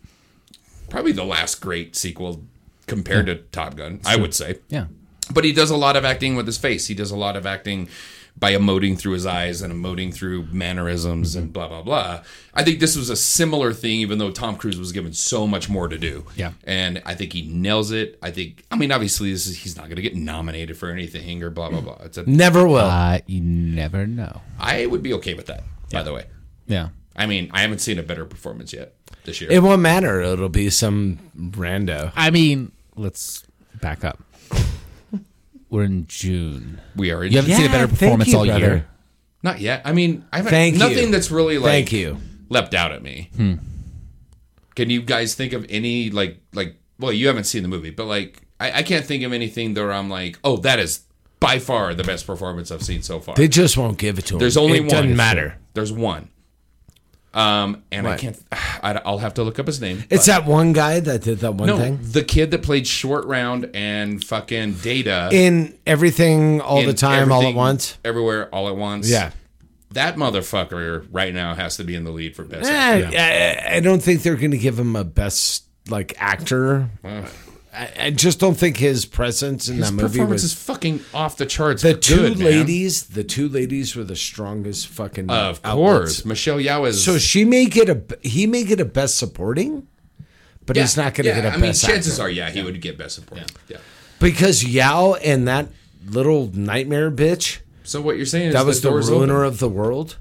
S2: probably the last great sequel compared to Top Gun. I would say.
S4: yeah
S2: but he does a lot of acting with his face. He does a lot of acting by emoting through his eyes and emoting through mannerisms and blah blah blah. I think this was a similar thing, even though Tom Cruise was given so much more to do.
S4: Yeah.
S2: and I think he nails it. I think. I mean, obviously, this is, he's not going to get nominated for anything or blah blah blah. It's a,
S3: Never will.
S4: Uh, you never know.
S2: I would be okay with that. By the way,
S4: Yeah.
S2: I mean, I haven't seen a better performance yet this year.
S3: it won't matter. It'll be some rando.
S4: I mean, let's back up. We're in June.
S2: we are in
S4: You haven't seen a better
S3: thank
S4: performance
S3: you,
S4: all
S3: brother.
S4: year.
S2: Not yet. I mean, I haven't
S3: Thank you.
S2: nothing that's really like
S3: Thank you.
S2: leapt out at me.
S3: Hmm.
S2: Can you guys think of any like like well, you haven't seen the movie, but like I, I can't think of anything that I'm like, oh, that is by far the best performance I've seen so far.
S3: They just won't give it to him.
S2: There's only
S3: it
S2: one.
S3: Doesn't matter.
S2: There's one. Um, and I
S3: What?
S2: can't. [SIGHS] I, I'll have to look up his name.
S3: It's that one guy that did that one
S2: no
S3: thing
S2: the kid that played Short Round and fucking Data
S3: in everything all the
S2: in
S3: time, all at
S2: everything,
S3: once.
S2: everywhere, all at once.
S3: Yeah.
S2: that motherfucker right now has to be in the lead for best.
S3: Eh, I, I don't think they're going to give him a best like actor. I, I just don't think his presence in
S2: His
S3: that movie
S2: performance
S3: was.
S2: is fucking off the charts.
S3: the
S2: good,
S3: two
S2: man.
S3: ladies, the two ladies were the strongest fucking.
S2: of
S3: outlets.
S2: course, Michelle Yeoh is.
S3: So she may get a he may get a best supporting, but he's not going to
S2: yeah,
S3: get a
S2: I mean,
S3: best
S2: chances
S3: actor
S2: are, yeah, he would get best supporting. Yeah.
S3: because Yao and that little nightmare bitch
S2: So what you're saying is
S3: that was the,
S2: door's
S3: ruiner
S2: open
S3: of the world.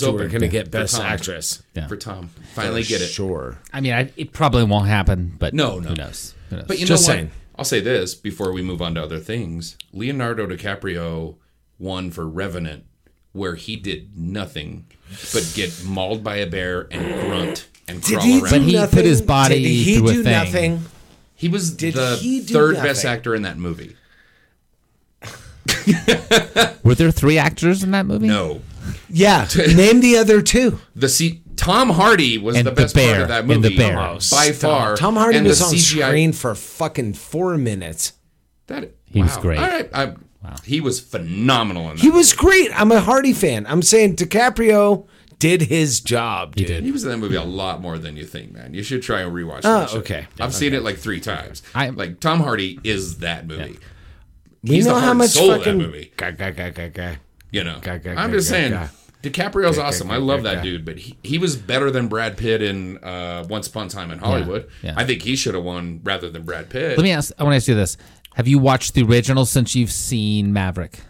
S2: door's
S3: two are
S2: open.
S3: going to get
S2: For
S3: best
S2: Tom.
S3: actress.
S4: Yeah.
S2: for Tom. Finally, get it.
S3: Sure.
S4: I mean, I, it probably won't happen, but
S2: No, no.
S4: who knows? Who knows?
S2: But you
S3: Just
S2: know what?
S3: saying.
S2: I'll say this before we move on to other things. Leonardo DiCaprio won for Revenant, where he did nothing but get mauled by a bear and grunt and crawl around.
S4: But he put his body
S3: Did he
S4: through a
S3: do
S4: thing.
S3: nothing?
S2: He was
S3: Did
S2: the
S3: he do
S2: third best
S3: nothing?
S2: actor in that movie.
S4: Were there three actors in that movie?
S2: No,
S4: [LAUGHS]
S3: Yeah. Name the other two.
S2: the C- Tom Hardy was
S4: And
S2: the
S4: the
S2: best part
S4: bear,
S2: of that
S4: and the
S2: movie
S4: bear.
S2: by far.
S3: Tom Hardy
S2: and
S3: was
S2: the
S3: on
S2: CGI
S3: screen for fucking four minutes.
S2: That
S4: He was great.
S2: All right, I, he was phenomenal in that.
S3: He was great. I'm a Hardy fan. I'm saying DiCaprio did his job, dude.
S2: He was in that movie a lot more than you think, man. You should try and rewatch.
S3: Oh,
S2: that shit.
S3: okay.
S2: I've seen it like three times.
S4: I-
S2: like Tom Hardy is that movie.
S3: We
S2: He's
S3: know
S2: the
S3: how
S2: heart and
S3: much
S2: soul of that
S3: fucking
S2: movie.
S3: Guy, guy, guy, guy, guy.
S2: You know,
S3: Ga- ga-
S2: I'm
S3: ga-
S2: just
S3: ga-
S2: saying.
S3: ga.
S2: DiCaprio's
S3: Ga- ga-
S2: awesome.
S3: ga-
S2: I love
S3: ga-
S2: that
S3: ga.
S2: dude, but he, he was better than Brad Pitt in uh, Once Upon a Time in Hollywood.
S4: yeah.
S2: I think he should have won rather than Brad Pitt.
S4: Let me ask. I want to ask you this: Have you watched the original since you've seen Maverick?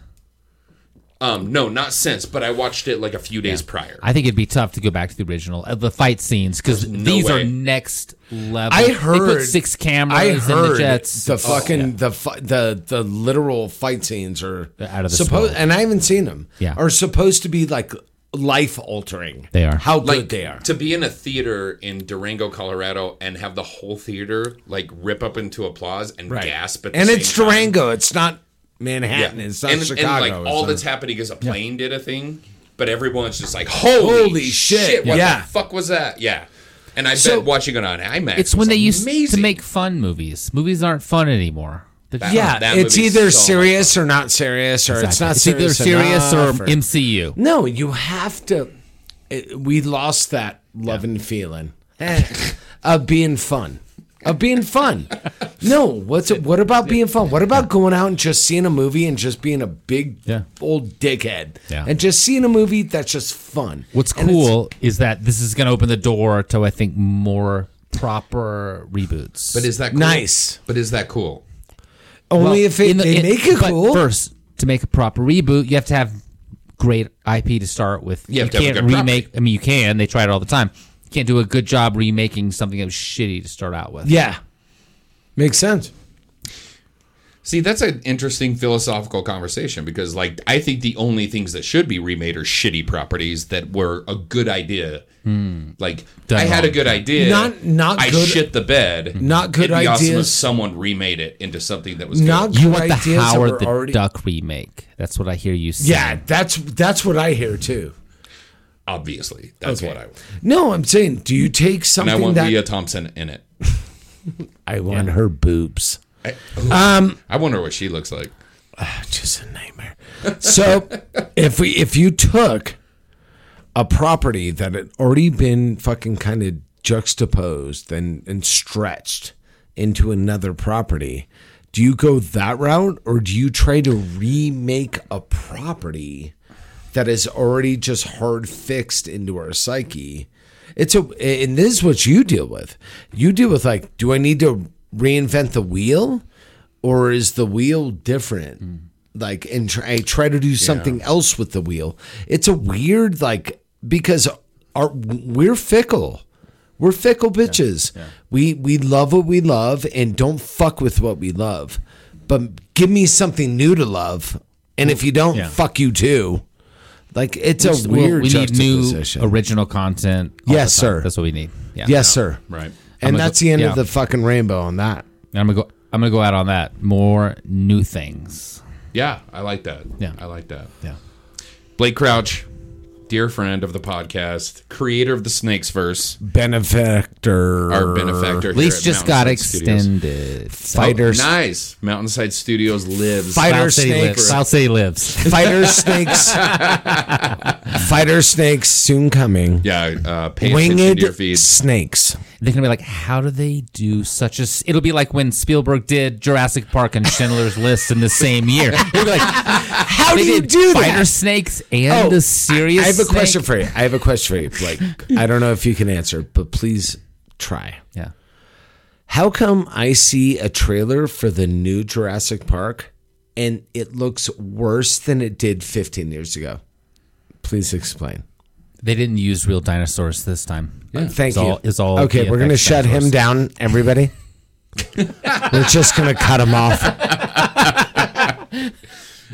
S2: um, no, not since, but I watched it like a few days prior.
S4: I think it'd be tough to go back to the original, uh, the fight scenes, because
S2: no
S4: these
S2: way.
S4: are next level.
S3: I
S4: they
S3: heard
S4: put six cameras
S3: I heard
S4: and the jets. Oh,
S3: the fucking the fu- the the literal fight scenes are
S4: They're out of this
S3: supposed,
S4: world.
S3: and I haven't seen them.
S4: Yeah.
S3: are supposed to be like life altering.
S4: They are.
S3: how
S2: like
S3: good they are.
S2: to be in a theater in Durango, Colorado, and have the whole theater like rip up into applause and gasp at the
S3: and
S2: same
S3: it's
S2: time.
S3: Durango. It's not Manhattan.
S2: Yeah.
S3: It's not
S2: and, and,
S3: Chicago.
S2: like
S3: It's
S2: all
S3: not-
S2: that's happening is a plane did a thing, but everyone's just like, "Holy,
S3: Holy
S2: shit!
S3: shit,
S2: What
S3: yeah.
S2: the fuck was that?" Yeah, and I
S3: So-
S2: bet watching it on IMAX,
S4: it's when
S2: was
S4: they used
S2: amazing.
S4: to make fun movies. Movies aren't fun anymore. They're just-
S3: yeah,
S2: that
S3: it's
S2: movie's
S3: either
S2: so much
S3: serious or not serious, or it's
S4: Exactly.
S3: not
S4: It's either
S3: serious.
S4: serious or
S3: enough,
S4: MCU.
S3: No, you have to. It, we lost that love and feeling eh, of being fun. Of being fun. No, what's it, what about being fun? What about going out and just seeing a movie and just being a big
S4: Yeah.
S3: old dickhead
S4: Yeah.
S3: and just seeing a movie that's just fun?
S4: What's
S3: And it's-
S4: cool is that this is going to open the door to, I think, more proper reboots.
S2: But is that cool?
S3: Nice.
S2: But is that cool?
S3: Only
S4: Well,
S3: if it,
S4: in the-
S3: they
S4: in-
S3: make it
S4: but
S3: cool.
S4: First, to make a proper reboot, you have to have great IP to start with.
S2: You have to have a
S4: can't
S2: good
S4: remake. I mean, you can. They try it all the time. You can't do a good job remaking something that was shitty to start out with.
S3: yeah. Makes sense.
S2: See, that's an interesting philosophical conversation because, like, I think the only things that should be remade are shitty properties that were a good idea. Like,
S4: Hmm. Done
S2: I had a
S4: wrong. Hmm.
S2: good idea.
S3: Not- not
S2: I
S3: good-
S2: shit the bed.
S3: Not good
S2: It'd be Awesome if
S3: ideas.
S2: someone remade it into something that was
S3: Not
S2: good.
S4: You want the
S3: Ideas that were
S4: Howard the
S3: already-
S4: Duck remake. That's what I hear you saying.
S3: Yeah, that's that's what I hear too.
S2: Obviously, that's what I want.
S3: No, I'm saying, do you take
S2: And
S3: something
S2: I want
S3: that
S2: Leah Thompson in it.
S3: I want her boobs?
S2: I, um, I wonder what she looks like.
S3: Ah, just a nightmare. So if we if you took a property that had already been fucking kind of juxtaposed and, and stretched into another property, Do you go that route or do you try to remake a property that is already just hard fixed into our psyche? It's a and this is what you deal with. You deal with like, do I need to reinvent the wheel or is the wheel different?
S4: Hmm.
S3: Like and try, I try to do something else with the wheel. It's a weird like because our we're fickle. We're fickle bitches. We we love what we love and don't fuck with what we love. But give me something new to love, and if you don't,
S4: Yeah.
S3: fuck you too. Like it's
S4: Just-
S3: a
S4: we'll-
S3: weird
S4: We need new
S3: juxtaposition.
S4: original content. all
S3: Yes,
S4: the time.
S3: sir.
S4: That's what we need. Yeah.
S3: yes, sir.
S2: Right.
S3: And
S4: gonna
S3: that's
S4: go-
S3: the end
S4: yeah.
S3: of the fucking rainbow on that.
S4: And I'm gonna go. I'm gonna go out on that. More new things.
S2: Yeah, I like that.
S4: Yeah.
S2: I like that.
S4: Yeah.
S2: Blake Crouch, dear friend of the podcast, creator of the Snakes Verse,
S3: Benefactor.
S2: our benefactor. here
S4: Lease
S2: at
S4: just got
S2: Mountainside Studios.
S4: extended.
S2: Oh,
S3: Fighters.
S2: nice. Mountainside Studios lives.
S3: Fighter
S4: City lives.
S3: snakes.
S4: South City lives.
S3: Fighter snakes. Fighter snakes soon coming.
S2: Yeah, uh, pay attention to your
S3: Winged
S2: feed.
S3: snakes.
S4: They're gonna be like, how do they do such a? s-" It'll be like when Spielberg did Jurassic Park and Schindler's List in the same year.
S3: [LAUGHS]
S4: It'll be like, how
S3: do
S4: they
S3: you
S4: did
S3: do that? Oh,
S4: Spider snakes and the serious.
S3: I have a
S4: snake?
S3: question for you. I have a question for you. Blake. I don't know if you can answer, but please try.
S4: Yeah.
S3: How come I see a trailer for the new Jurassic Park and it looks worse than it did 15 years ago? Please explain.
S4: They didn't use real dinosaurs this time.
S3: Thank
S4: It's
S3: you.
S4: all- it's all
S3: okay. We're gonna
S4: VFX
S3: shut him
S4: dinosaurs.
S3: down,
S4: [LAUGHS]
S3: everybody. we're just gonna cut him off.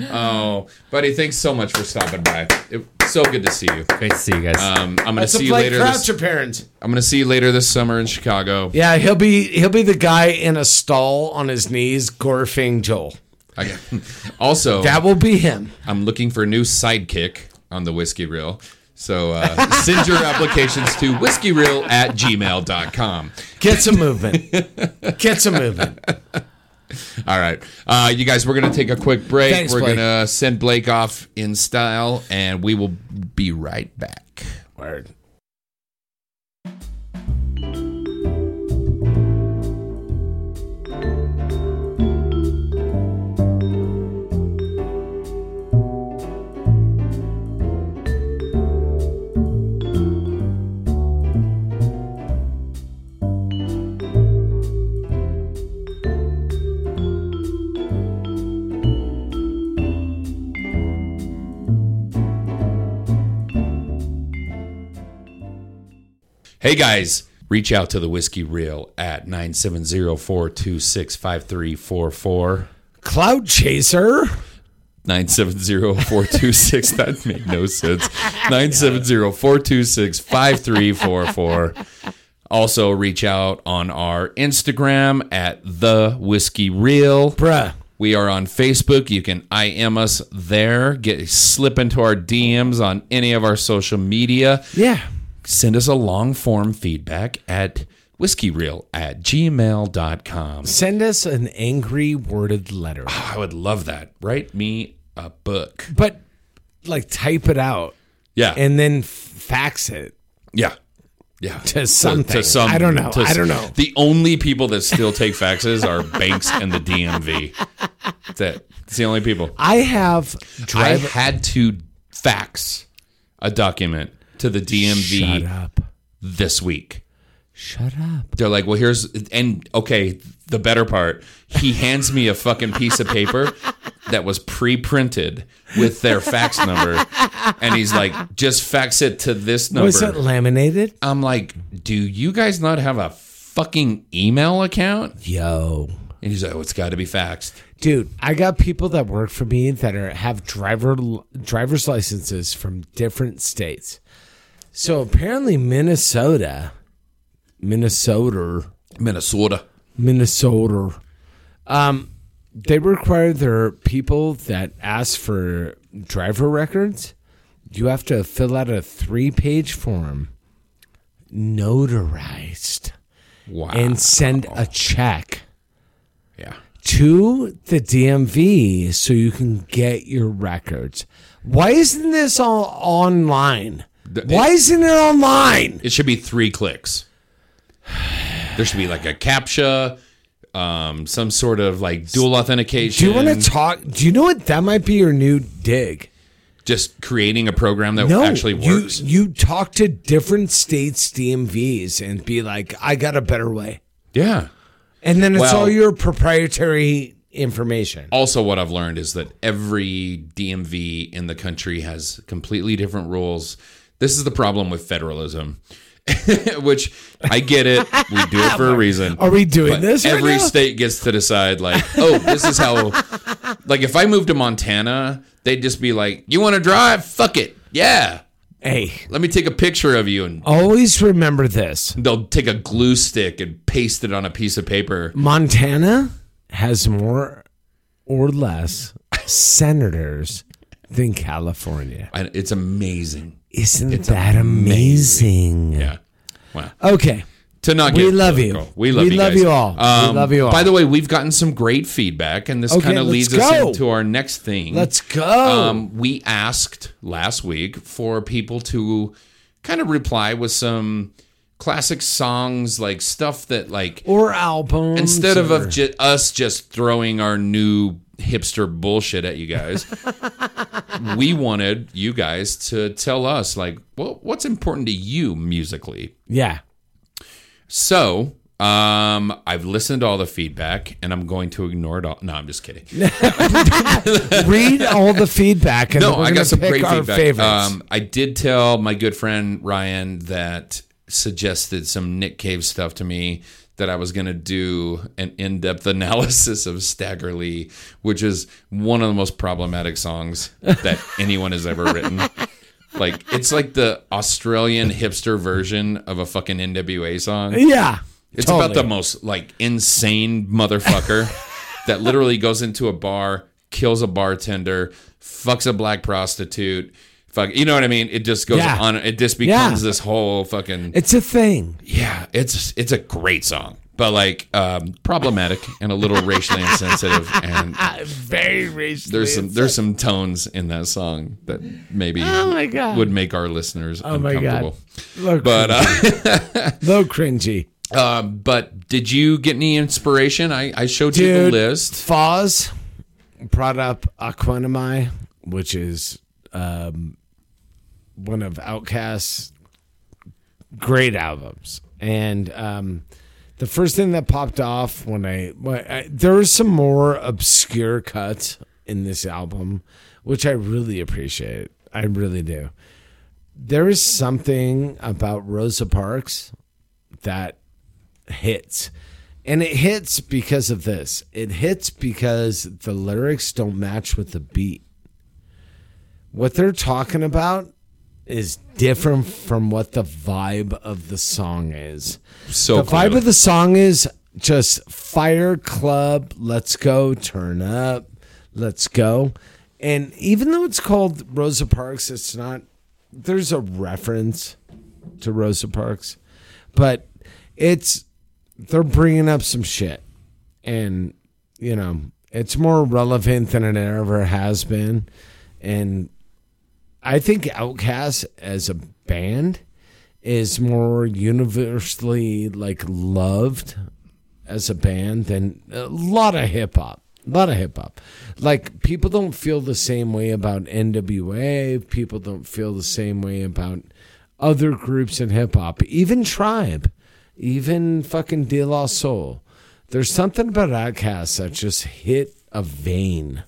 S2: Oh, buddy, thanks so much for stopping by. It, so good to see you.
S4: Great to see you guys.
S2: Um, I'm gonna see you later. This,
S3: parents.
S2: I'm gonna see you later this summer in Chicago.
S3: Yeah, he'll be he'll be the guy in a stall on his knees, gorfing Joel.
S2: I, [LAUGHS] also,
S3: That will be him.
S2: I'm looking for a new sidekick on the whiskey reel. So uh, send your applications to whiskeyreel at gmail.com.
S3: Get some
S2: [LAUGHS]
S3: movement. Get some movement.
S2: All right. Uh, you guys, we're going to take a quick break.
S3: Thanks,
S2: we're
S3: Blake.
S2: going to send Blake off in style, and we will be right back.
S3: Word.
S2: Hey guys, reach out to the whiskey reel at 970-426-5344.
S3: Cloud Chaser.
S2: 970-426 that [LAUGHS] made no sense. 970-426-5344. Also reach out on our Instagram at the whiskey reel.
S3: Bruh.
S2: We are on Facebook. You can IM us there. Get slip into our DMs on any of our social media.
S3: Yeah.
S2: Send us a long form feedback at whiskeyreel at gmail.com.
S3: Send us an angry worded letter.
S2: I would love that. Write me a book.
S3: But like type it out
S2: Yeah.
S3: and then fax it.
S2: yeah. Yeah.
S3: To something. I don't know. I don't know.
S2: The only people that still take faxes are banks and the DMV. That's it. It's the only people.
S3: I have
S2: I
S3: drive
S2: had to fax a document to the DMV
S3: Shut up.
S2: this week.
S3: Shut up.
S2: They're like, well, here's and okay, the better part. He hands me a fucking piece of paper that was pre-printed with their fax number, and he's like, just fax it to this number.
S3: Was it laminated?
S2: I'm like, do you guys not have a fucking email account?
S3: Yo.
S2: And he's like, oh, it's got to be faxed.
S3: Dude, I got people that work for me that are have driver driver's licenses from different states. So apparently Minnesota, Minnesota,
S2: Minnesota.
S3: Minnesota, um, they require their people that ask for driver records. You have to fill out a three-page form, notarized,
S2: Wow.
S3: and send a check
S2: yeah.
S3: to the DMV so you can get your records. Why isn't this all online? Why isn't it online?
S2: It should be three clicks. There should be like a CAPTCHA, um, some sort of like dual authentication.
S3: Do you want to talk? Do you know what that might be your new dig?
S2: Just creating a program that
S3: No,
S2: actually
S3: you
S2: works.
S3: you talk to different states DMVs and be like, I got a better way,
S2: yeah.
S3: and then it's
S2: Well- Oh.
S3: all your proprietary information.
S2: Also, what I've learned is that every DMV in the country has completely different rules. This is the problem with federalism, [LAUGHS] which I get it. We do it for a reason.
S3: [LAUGHS] Are we doing this right
S2: every
S3: now?
S2: state gets to decide, like, oh, this is how. like, if I moved to Montana, they'd just be like, "You want to drive? Fuck it, yeah.
S3: Hey,
S2: Let me take a picture of you." And
S3: always remember this:
S2: they'll take a glue stick and paste it on a piece of paper.
S3: Montana has more or less senators than California.
S2: And it's amazing.
S3: Isn't that amazing?
S2: Yeah. Wow.
S3: Okay.
S2: to not
S3: We
S2: get
S3: love you.
S2: political. We love
S3: We
S2: you.
S3: love
S2: guys. Um,
S3: you all. We love you all.
S2: By the way, we've gotten some great feedback, and this
S3: Okay,
S2: kind of
S3: let's
S2: leads
S3: go.
S2: us into our next thing.
S3: Let's go.
S2: Um, we asked last week for people to kind of reply with some classic songs, like stuff that like
S3: or albums.
S2: instead of,
S3: or-
S2: of ju- us just throwing our new hipster bullshit at you
S3: [LAUGHS]
S2: guys we wanted you guys to tell us like well, what's important to you musically
S3: yeah.
S2: so, um, I've listened to all the feedback and I'm going to ignore it all. No, I'm just
S3: [LAUGHS]
S2: kidding.
S3: Read all the feedback and
S2: No,
S3: then we're
S2: I
S3: gonna
S2: got some
S3: pick
S2: great
S3: our
S2: feedback.
S3: favorites.
S2: Um, I did tell my good friend Ryan that suggested some Nick Cave stuff to me that I was going to do an in-depth [LAUGHS] analysis of Staggerly, which is one of the most problematic songs
S3: [LAUGHS]
S2: that anyone has ever written. Like it's like the Australian hipster version of a fucking NWA song.
S3: yeah.
S2: It's about
S3: totally.
S2: the most like insane
S3: [LAUGHS]
S2: motherfucker that literally goes into a bar, kills a bartender, fucks a black prostitute. Fuck, you know what I mean? It just goes
S3: Yeah.
S2: on. It just becomes
S3: Yeah.
S2: this whole fucking
S3: It's a thing.
S2: yeah. It's it's a great song, but like um, problematic and a little racially insensitive. And
S3: Uh, Very racially.
S2: there's some there's some tones in that song that maybe
S3: Oh my God.
S2: would make our listeners
S3: Oh my god.
S2: uncomfortable.
S3: Low
S2: But
S3: cringy.
S2: uh, [LAUGHS]
S3: low cringy.
S2: Um, but did you get any inspiration? I, I showed you the
S3: Dude,
S2: list.
S3: Foz brought up Aquanimai, which is um, one of Outkast's great albums. And um, the first thing that popped off when I, when I there was some more obscure cuts in this album, which I really appreciate. I really do. There is something about Rosa Parks that hits. And it hits because of this. It hits because the lyrics don't match with the beat. What they're talking about is different from what the vibe of the song is.
S2: So
S3: the vibe
S2: clearly.
S3: of the song is just fire club, let's go, turn up, let's go. And even though it's called Rosa Parks, it's not, there's a reference to Rosa Parks, but it's they're bringing up some shit, and you know it's more relevant than it ever has been, and I think Outkast as a band is more universally like loved as a band than a lot of hip hop. A lot of hip hop. Like people don't feel the same way about NWA. People don't feel the same way about other groups in hip hop. Even Tribe, even fucking De La Soul. There's something about Outkast that just hit a vein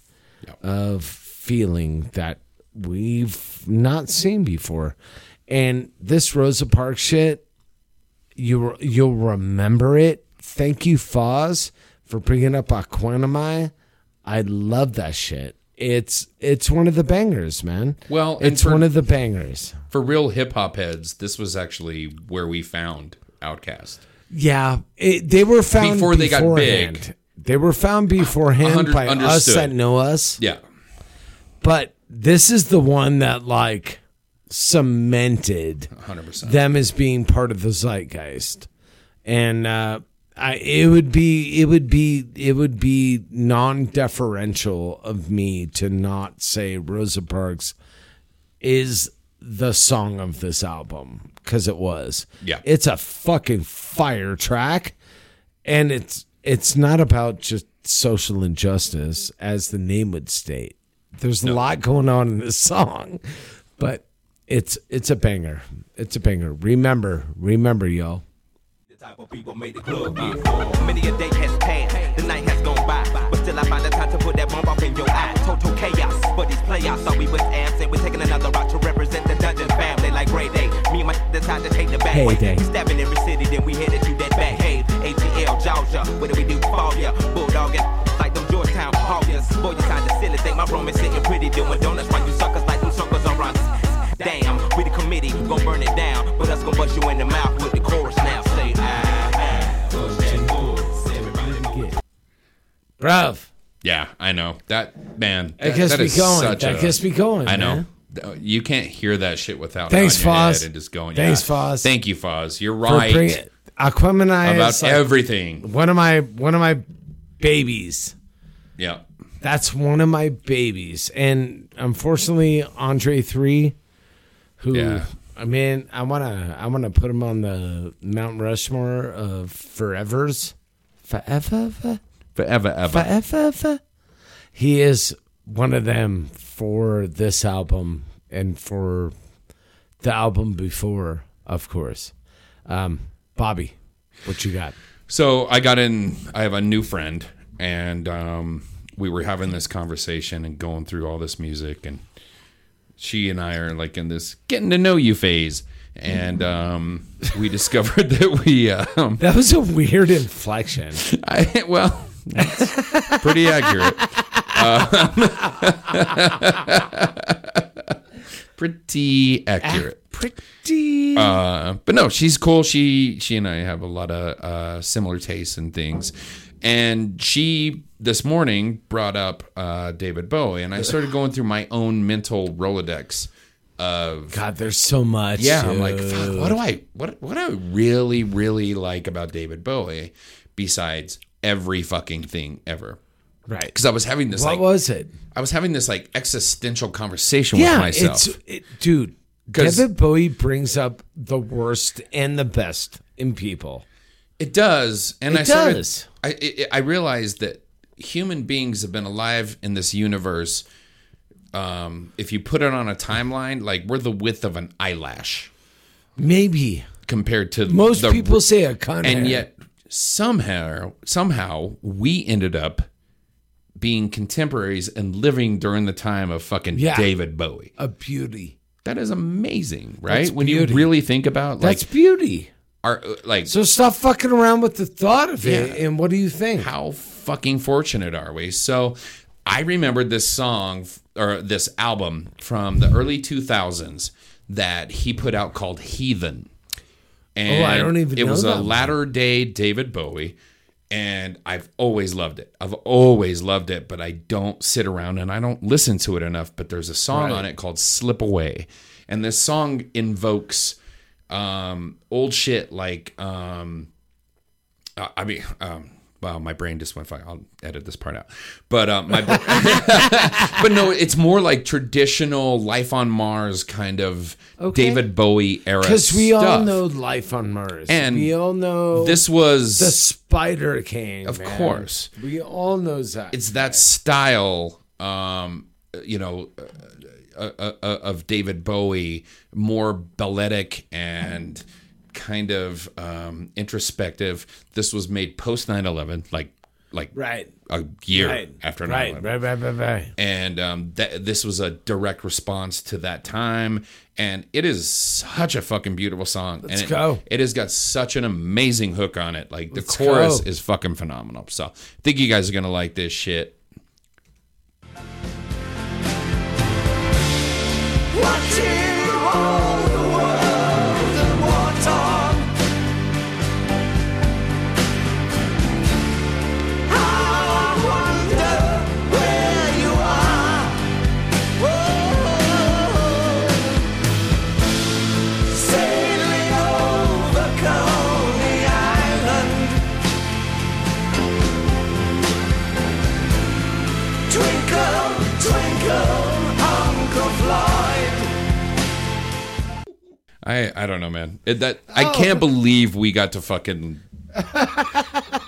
S3: of feeling that we've not seen before. And this Rosa Parks shit, you you'll remember it. Thank you, Foz, for bringing up Aquanimai. I love that shit. It's it's one of the bangers, man.
S2: Well, and
S3: it's
S2: for-
S3: one of the bangers.
S2: For real hip hop heads, this was actually where we found Outkast.
S3: Yeah, it, they were found
S2: Before they got big.
S3: beforehand. They were found beforehand
S2: hundred-
S3: by us
S2: understood.
S3: that know us.
S2: Yeah.
S3: But this is the one that like cemented
S2: 100%.
S3: them as being part of the zeitgeist. And uh, I, it would be, it would be, it would be non-deferential of me to not say Rosa Parks is the song of this album because it was.
S2: Yeah.
S3: it's a fucking fire track, and it's it's not about just social injustice as the name would state. There's a lot going on in this song, but it's it's a banger. It's a banger. Remember, remember, y'all.
S5: Type of people made the club get full. Many a day has passed, the night has gone by. But still, I find the time to put that bomb off in your eye. Total chaos, but these playoffs thought we was absent. We're taking another route to represent the Dungeon family like Grey Day. Me and my [LAUGHS] decide to take the back way.
S3: Heyday.
S5: We stabbing every city, then we headed to that back cave. ATL, Georgia, what do we do for ya? Bulldog and like them Georgetown Hawkins. Boy, you kinda silly, think my room is sitting pretty, doing donuts while you suckers like them suckers are on. Damn, we the committee, gon' burn it down, but us gon' bust you in the mouth with the chorus now. Say, ah, ah, push that bull. Everybody know
S3: Bruv.
S2: Yeah, I know that man.
S3: That gets
S2: that
S3: me
S2: is
S3: going.
S2: such
S3: That gets me going,
S2: I know.
S3: man.
S2: Th- You can't hear that shit without
S3: Thanks,
S2: it on your head
S3: Foz.
S2: and just going.
S3: Thanks, Foz.
S2: Thank you, Foz. You're
S3: For
S2: right
S3: bring it- Aquemini
S2: about
S3: is like
S2: everything.
S3: one of my one of my babies.
S2: Yeah,
S3: That's one of my babies. And unfortunately, Andre three, who
S2: Yeah.
S3: I mean, I wanna I wanna put him on the Mount Rushmore of forevers. Forever
S2: forever, ever.
S3: forever. He is one of them for this album and for the album before, of course. Um, Bobby, what you got?
S2: So I got in. I have a new friend, and um, we were having this conversation and going through all this music, and she and I are like in this getting to know you phase, and um, we [LAUGHS] discovered that we. Um,
S3: That was a weird inflection.
S2: I, [LAUGHS] well, that's pretty accurate. Um, [LAUGHS] pretty accurate.
S3: Pretty.
S2: Uh, but no, she's cool. She she and I have a lot of uh, similar tastes and things. And she this morning brought up uh, David Bowie, and I started going through my own mental rolodex of
S3: God, there's so much.
S2: yeah, I'm
S3: dude.
S2: like, fuck, what do I what what do I really really like about David Bowie besides every fucking thing ever?
S3: right.
S2: Because I was having this
S3: What
S2: like
S3: was it?
S2: I was having this like existential conversation
S3: Yeah,
S2: with myself.
S3: it's it, dude.
S2: 'Cause-
S3: David Bowie brings up the worst and the best in people.
S2: It does, and
S3: It
S2: I started-
S3: does.
S2: I it, I realized that human beings have been alive in this universe. Um, if you put it on a timeline, like we're the width of an eyelash
S3: Maybe
S2: compared to
S3: most
S2: the-
S3: people say a cunt,
S2: and
S3: hair.
S2: yet somehow somehow we ended up being contemporaries and living during the time of fucking
S3: Yeah.
S2: David Bowie.
S3: a beauty.
S2: That is amazing, right?
S3: That's
S2: when
S3: beauty.
S2: you really think about like
S3: That's beauty.
S2: our uh, like
S3: So stop fucking around with the thought of it. And what do you think?
S2: how fucking fortunate are we? So I remembered this song f- or this album from the early 2000s that he put out called Heathen. And
S3: Oh, I don't even
S2: It
S3: know
S2: was
S3: that
S2: a
S3: one.
S2: latter day David Bowie. And I've always loved it. I've always loved it, but I don't sit around and I don't listen to it enough. But there's a song on it called Slip Away. And this song invokes um, old shit like um, uh, I mean, um, well, my brain just went. Fuck, I'll edit this part out. But uh, my, [LAUGHS] but no, it's more like traditional life on Mars kind of
S3: Okay.
S2: David Bowie era.
S3: Because we all
S2: stuff.
S3: know life on Mars.
S2: And
S3: we all know
S2: this was
S3: the Spider King.
S2: Of
S3: man.
S2: course.
S3: we all know that.
S2: it's that style um you know uh, uh, uh, of David Bowie more balletic and kind of um introspective this was made post 9/11 like like
S3: right,
S2: a year
S3: right
S2: after 9/11
S3: right, right, right, right, right.
S2: and um, that this was a direct response to that time. And it is such a fucking beautiful song. Let's and it,
S3: go.
S2: It has got such an amazing hook on it. Like the
S3: Let's
S2: chorus
S3: go.
S2: is fucking phenomenal. So I think you guys are gonna like this shit.
S5: Watching all the world at one time. I wonder where you are. Oh, sailing over Coney Island, twinkle, twinkle, Uncle Floyd.
S3: Oh.
S2: I I don't know, man. It, that I can't believe we got to fucking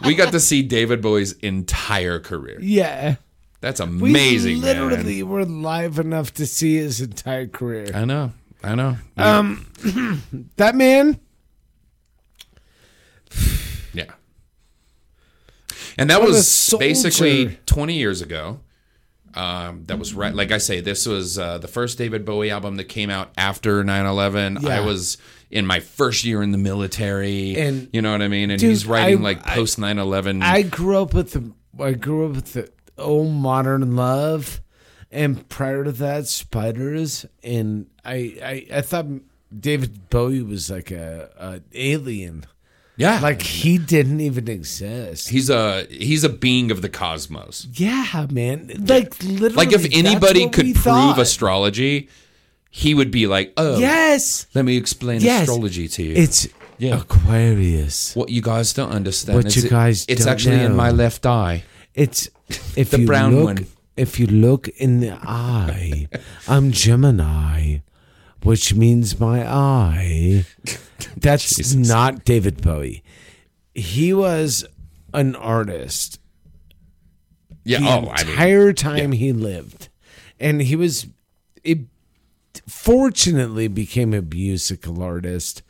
S2: we got to see David Bowie's entire career.
S3: Yeah.
S2: That's
S3: We
S2: amazing. man.
S3: literally were live enough to see his entire career. Um,
S2: I know. I know.
S3: [CLEARS THROAT] That man,
S2: yeah. And that
S3: What a
S2: was
S3: soldier.
S2: basically 20 years ago. Um, that was right. Like I say, this was uh, the first David Bowie album that came out after 9 11.
S3: Yeah.
S2: I was in my first year in the military.
S3: And-
S2: you know what I mean? And
S3: Dude,
S2: he's writing
S3: I-
S2: like
S3: I-
S2: post 9 11.
S3: I grew up with the I grew up with the old modern love, and prior to that, spiders. And I I, I thought David Bowie was like a, a alien,
S2: Yeah.
S3: like he didn't even exist.
S2: he's a he's a being of the cosmos.
S3: yeah, man. Like literally,
S2: Like if
S3: that's
S2: anybody
S3: what
S2: could
S3: we
S2: prove
S3: thought.
S2: astrology, he would be like, "Oh,
S3: Yes,
S2: let me explain
S3: Yes.
S2: astrology to you."
S3: it's
S2: Yeah.
S3: Aquarius.
S2: what you guys don't understand.
S3: What
S2: is
S3: you
S2: it-
S3: guys
S2: it's
S3: don't
S2: actually in
S3: know.
S2: my left eye.
S3: It's if
S2: The
S3: you
S2: brown
S3: look,
S2: one.
S3: If you look in the eye, I'm Gemini, which means my
S2: [LAUGHS]
S3: eye. That's not David Bowie. He was an artist
S2: Yeah.
S3: the
S2: oh, I mean,
S3: entire time he lived, and he was. It fortunately became a musical artist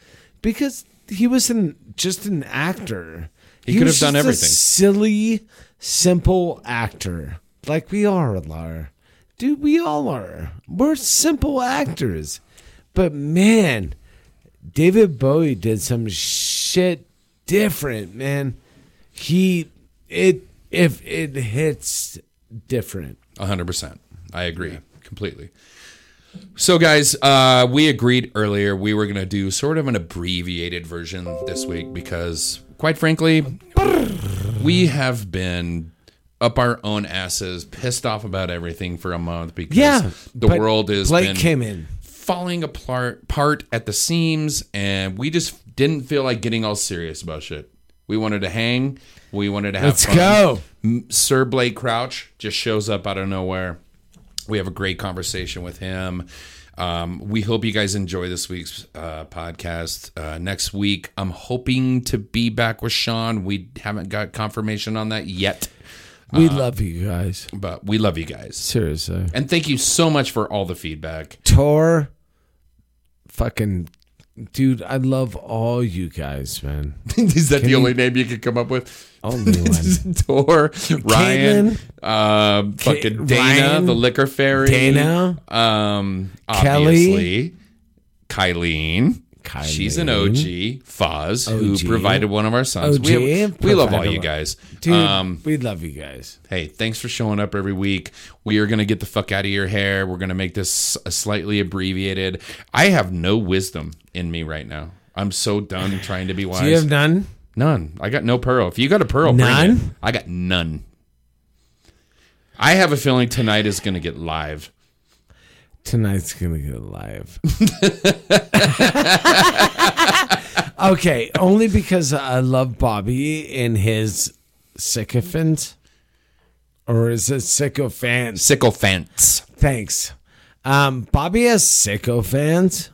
S3: because he was an just an actor. He,
S2: could
S3: was
S2: have done
S3: just a
S2: everything.
S3: silly, simple actor, like we are, Lar. Dude, we all are. We're simple actors, but man, David Bowie did some shit different, man. He it if it hits different.
S2: hundred percent. I agree completely. So, guys, uh, we agreed earlier we were going to do sort of an abbreviated version this week because, quite frankly, we have been up our own asses, pissed off about everything for a month because
S3: Yeah,
S2: the
S3: but
S2: world is
S3: Blake
S2: been-
S3: came in.
S2: falling apart, apart at the seams, and we just didn't feel like getting all serious about shit. We wanted to hang. We wanted to have
S3: Let's
S2: fun.
S3: go.
S2: M- Sir Blake Crouch just shows up out of nowhere. We have a great conversation with him. Um, we hope you guys enjoy this week's uh, podcast. Uh, next week, I'm hoping to be back with Sean. We haven't got confirmation on that yet,
S3: We love you guys.
S2: but we love you guys.
S3: Seriously.
S2: And thank you so much for all the feedback.
S3: Tor fucking dude, I love all you guys, [LAUGHS] man.
S2: Is that the only name you could come up with?
S3: Only
S2: [LAUGHS]
S3: one.
S2: Tor, Ryan, um,
S3: Ca-
S2: fucking Dana,
S3: Ryan,
S2: the liquor fairy,
S3: Dana.
S2: um,
S3: Kelly.
S2: obviously, Kyleen. She's an OG, Foz, who
S3: OG.
S2: provided one of our sons.
S3: OG
S2: we, have- we love all
S3: provided
S2: you
S3: one.
S2: guys.
S3: Dude,
S2: Um,
S3: we love you guys.
S2: hey, thanks for showing up every week. We are going to get the fuck out of your hair. We're going to make this a slightly abbreviated. I have no wisdom in me right now. I'm so done trying to be wise.
S3: [LAUGHS] Do you have none?
S2: None. I got no pearl. If you got a pearl, Bring it.
S3: None?
S2: I got none. I have a feeling tonight is going to get live.
S3: Tonight's gonna get [LAUGHS] live. okay, only because I love Bobby and his sycophant, or is it sycophant?
S2: Sycophants.
S3: Thanks. Um, Bobby has sycophant.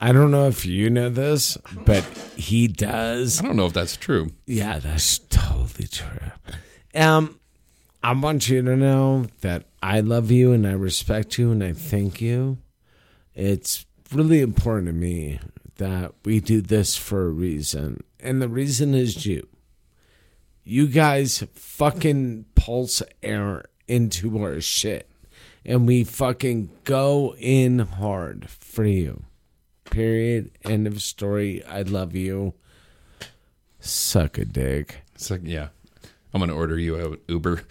S3: I don't know if you know this, but he does.
S2: I don't know if that's true.
S3: Yeah, that's totally true. Um, I want you to know that I love you and I respect you and I thank you. It's really important to me that we do this for a reason, and the reason is you. You guys fucking pulse air into our shit, and we fucking go in hard for you. Period. End of story. I love you. Suck a dick.
S2: It's like, yeah. I'm going to order you out Uber.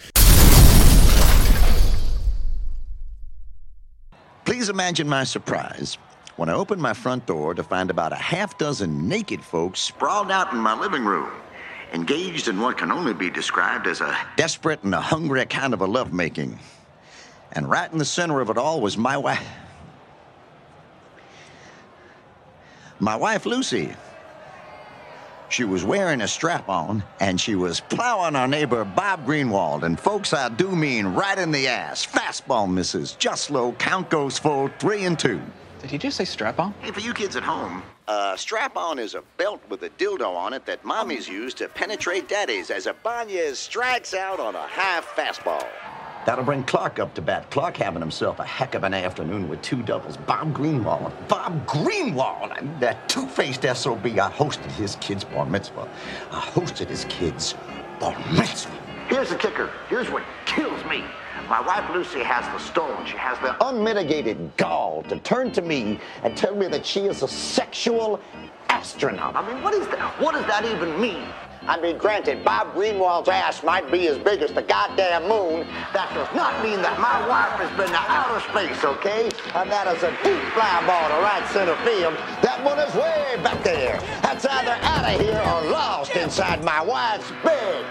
S6: Please imagine my surprise when I opened my front door to find about a half dozen naked folks sprawled out in my living room, engaged in what can only be described as a desperate and a hungry kind of a lovemaking. And right in the center of it all was my wife. My wife, Lucy. She was wearing a strap on and she was plowing our neighbor Bob Greenwald. And folks, I do mean right in the ass. Fastball misses, just low, count goes full, three and two.
S7: Did he just say strap on?
S6: Hey, for you kids at home, uh, strap on is a belt with a dildo on it that mommies use to penetrate daddies as Ibanez strikes out on a high fastball. That'll bring Clark up to bat. Clark having himself a heck of an afternoon with two doubles. Bob Greenwald. Bob Greenwald! I mean, that two faced SOB. I hosted his kid's bar mitzvah. I hosted his kid's bar mitzvah. Here's the kicker. Here's what kills me. My wife Lucy has the stone. She has the unmitigated gall to turn to me and tell me that she is a sexual astronaut. I mean, what is that? What does that even mean? I mean, granted, Bob Greenwald's ass might be as big as the goddamn moon. That does not mean that my wife has been to outer space, okay? And that is a deep fly ball to right center field. That one is way back there. That's either out of here or lost inside my wife's big,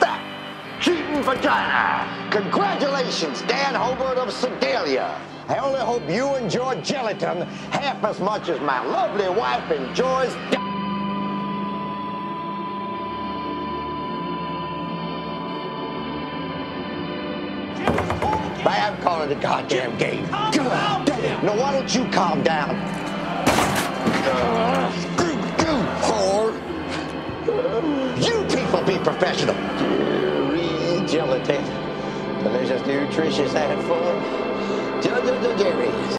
S6: fat, cheating vagina. Congratulations, Dan Hobart of Sedalia. I only hope you enjoy gelatin half as much as my lovely wife enjoys. d- I'm calling the goddamn game. God damn. Now why don't you calm down? Screw you, whore. You people be professional. Dairy gelatin. Delicious, nutritious, and full. Dairy.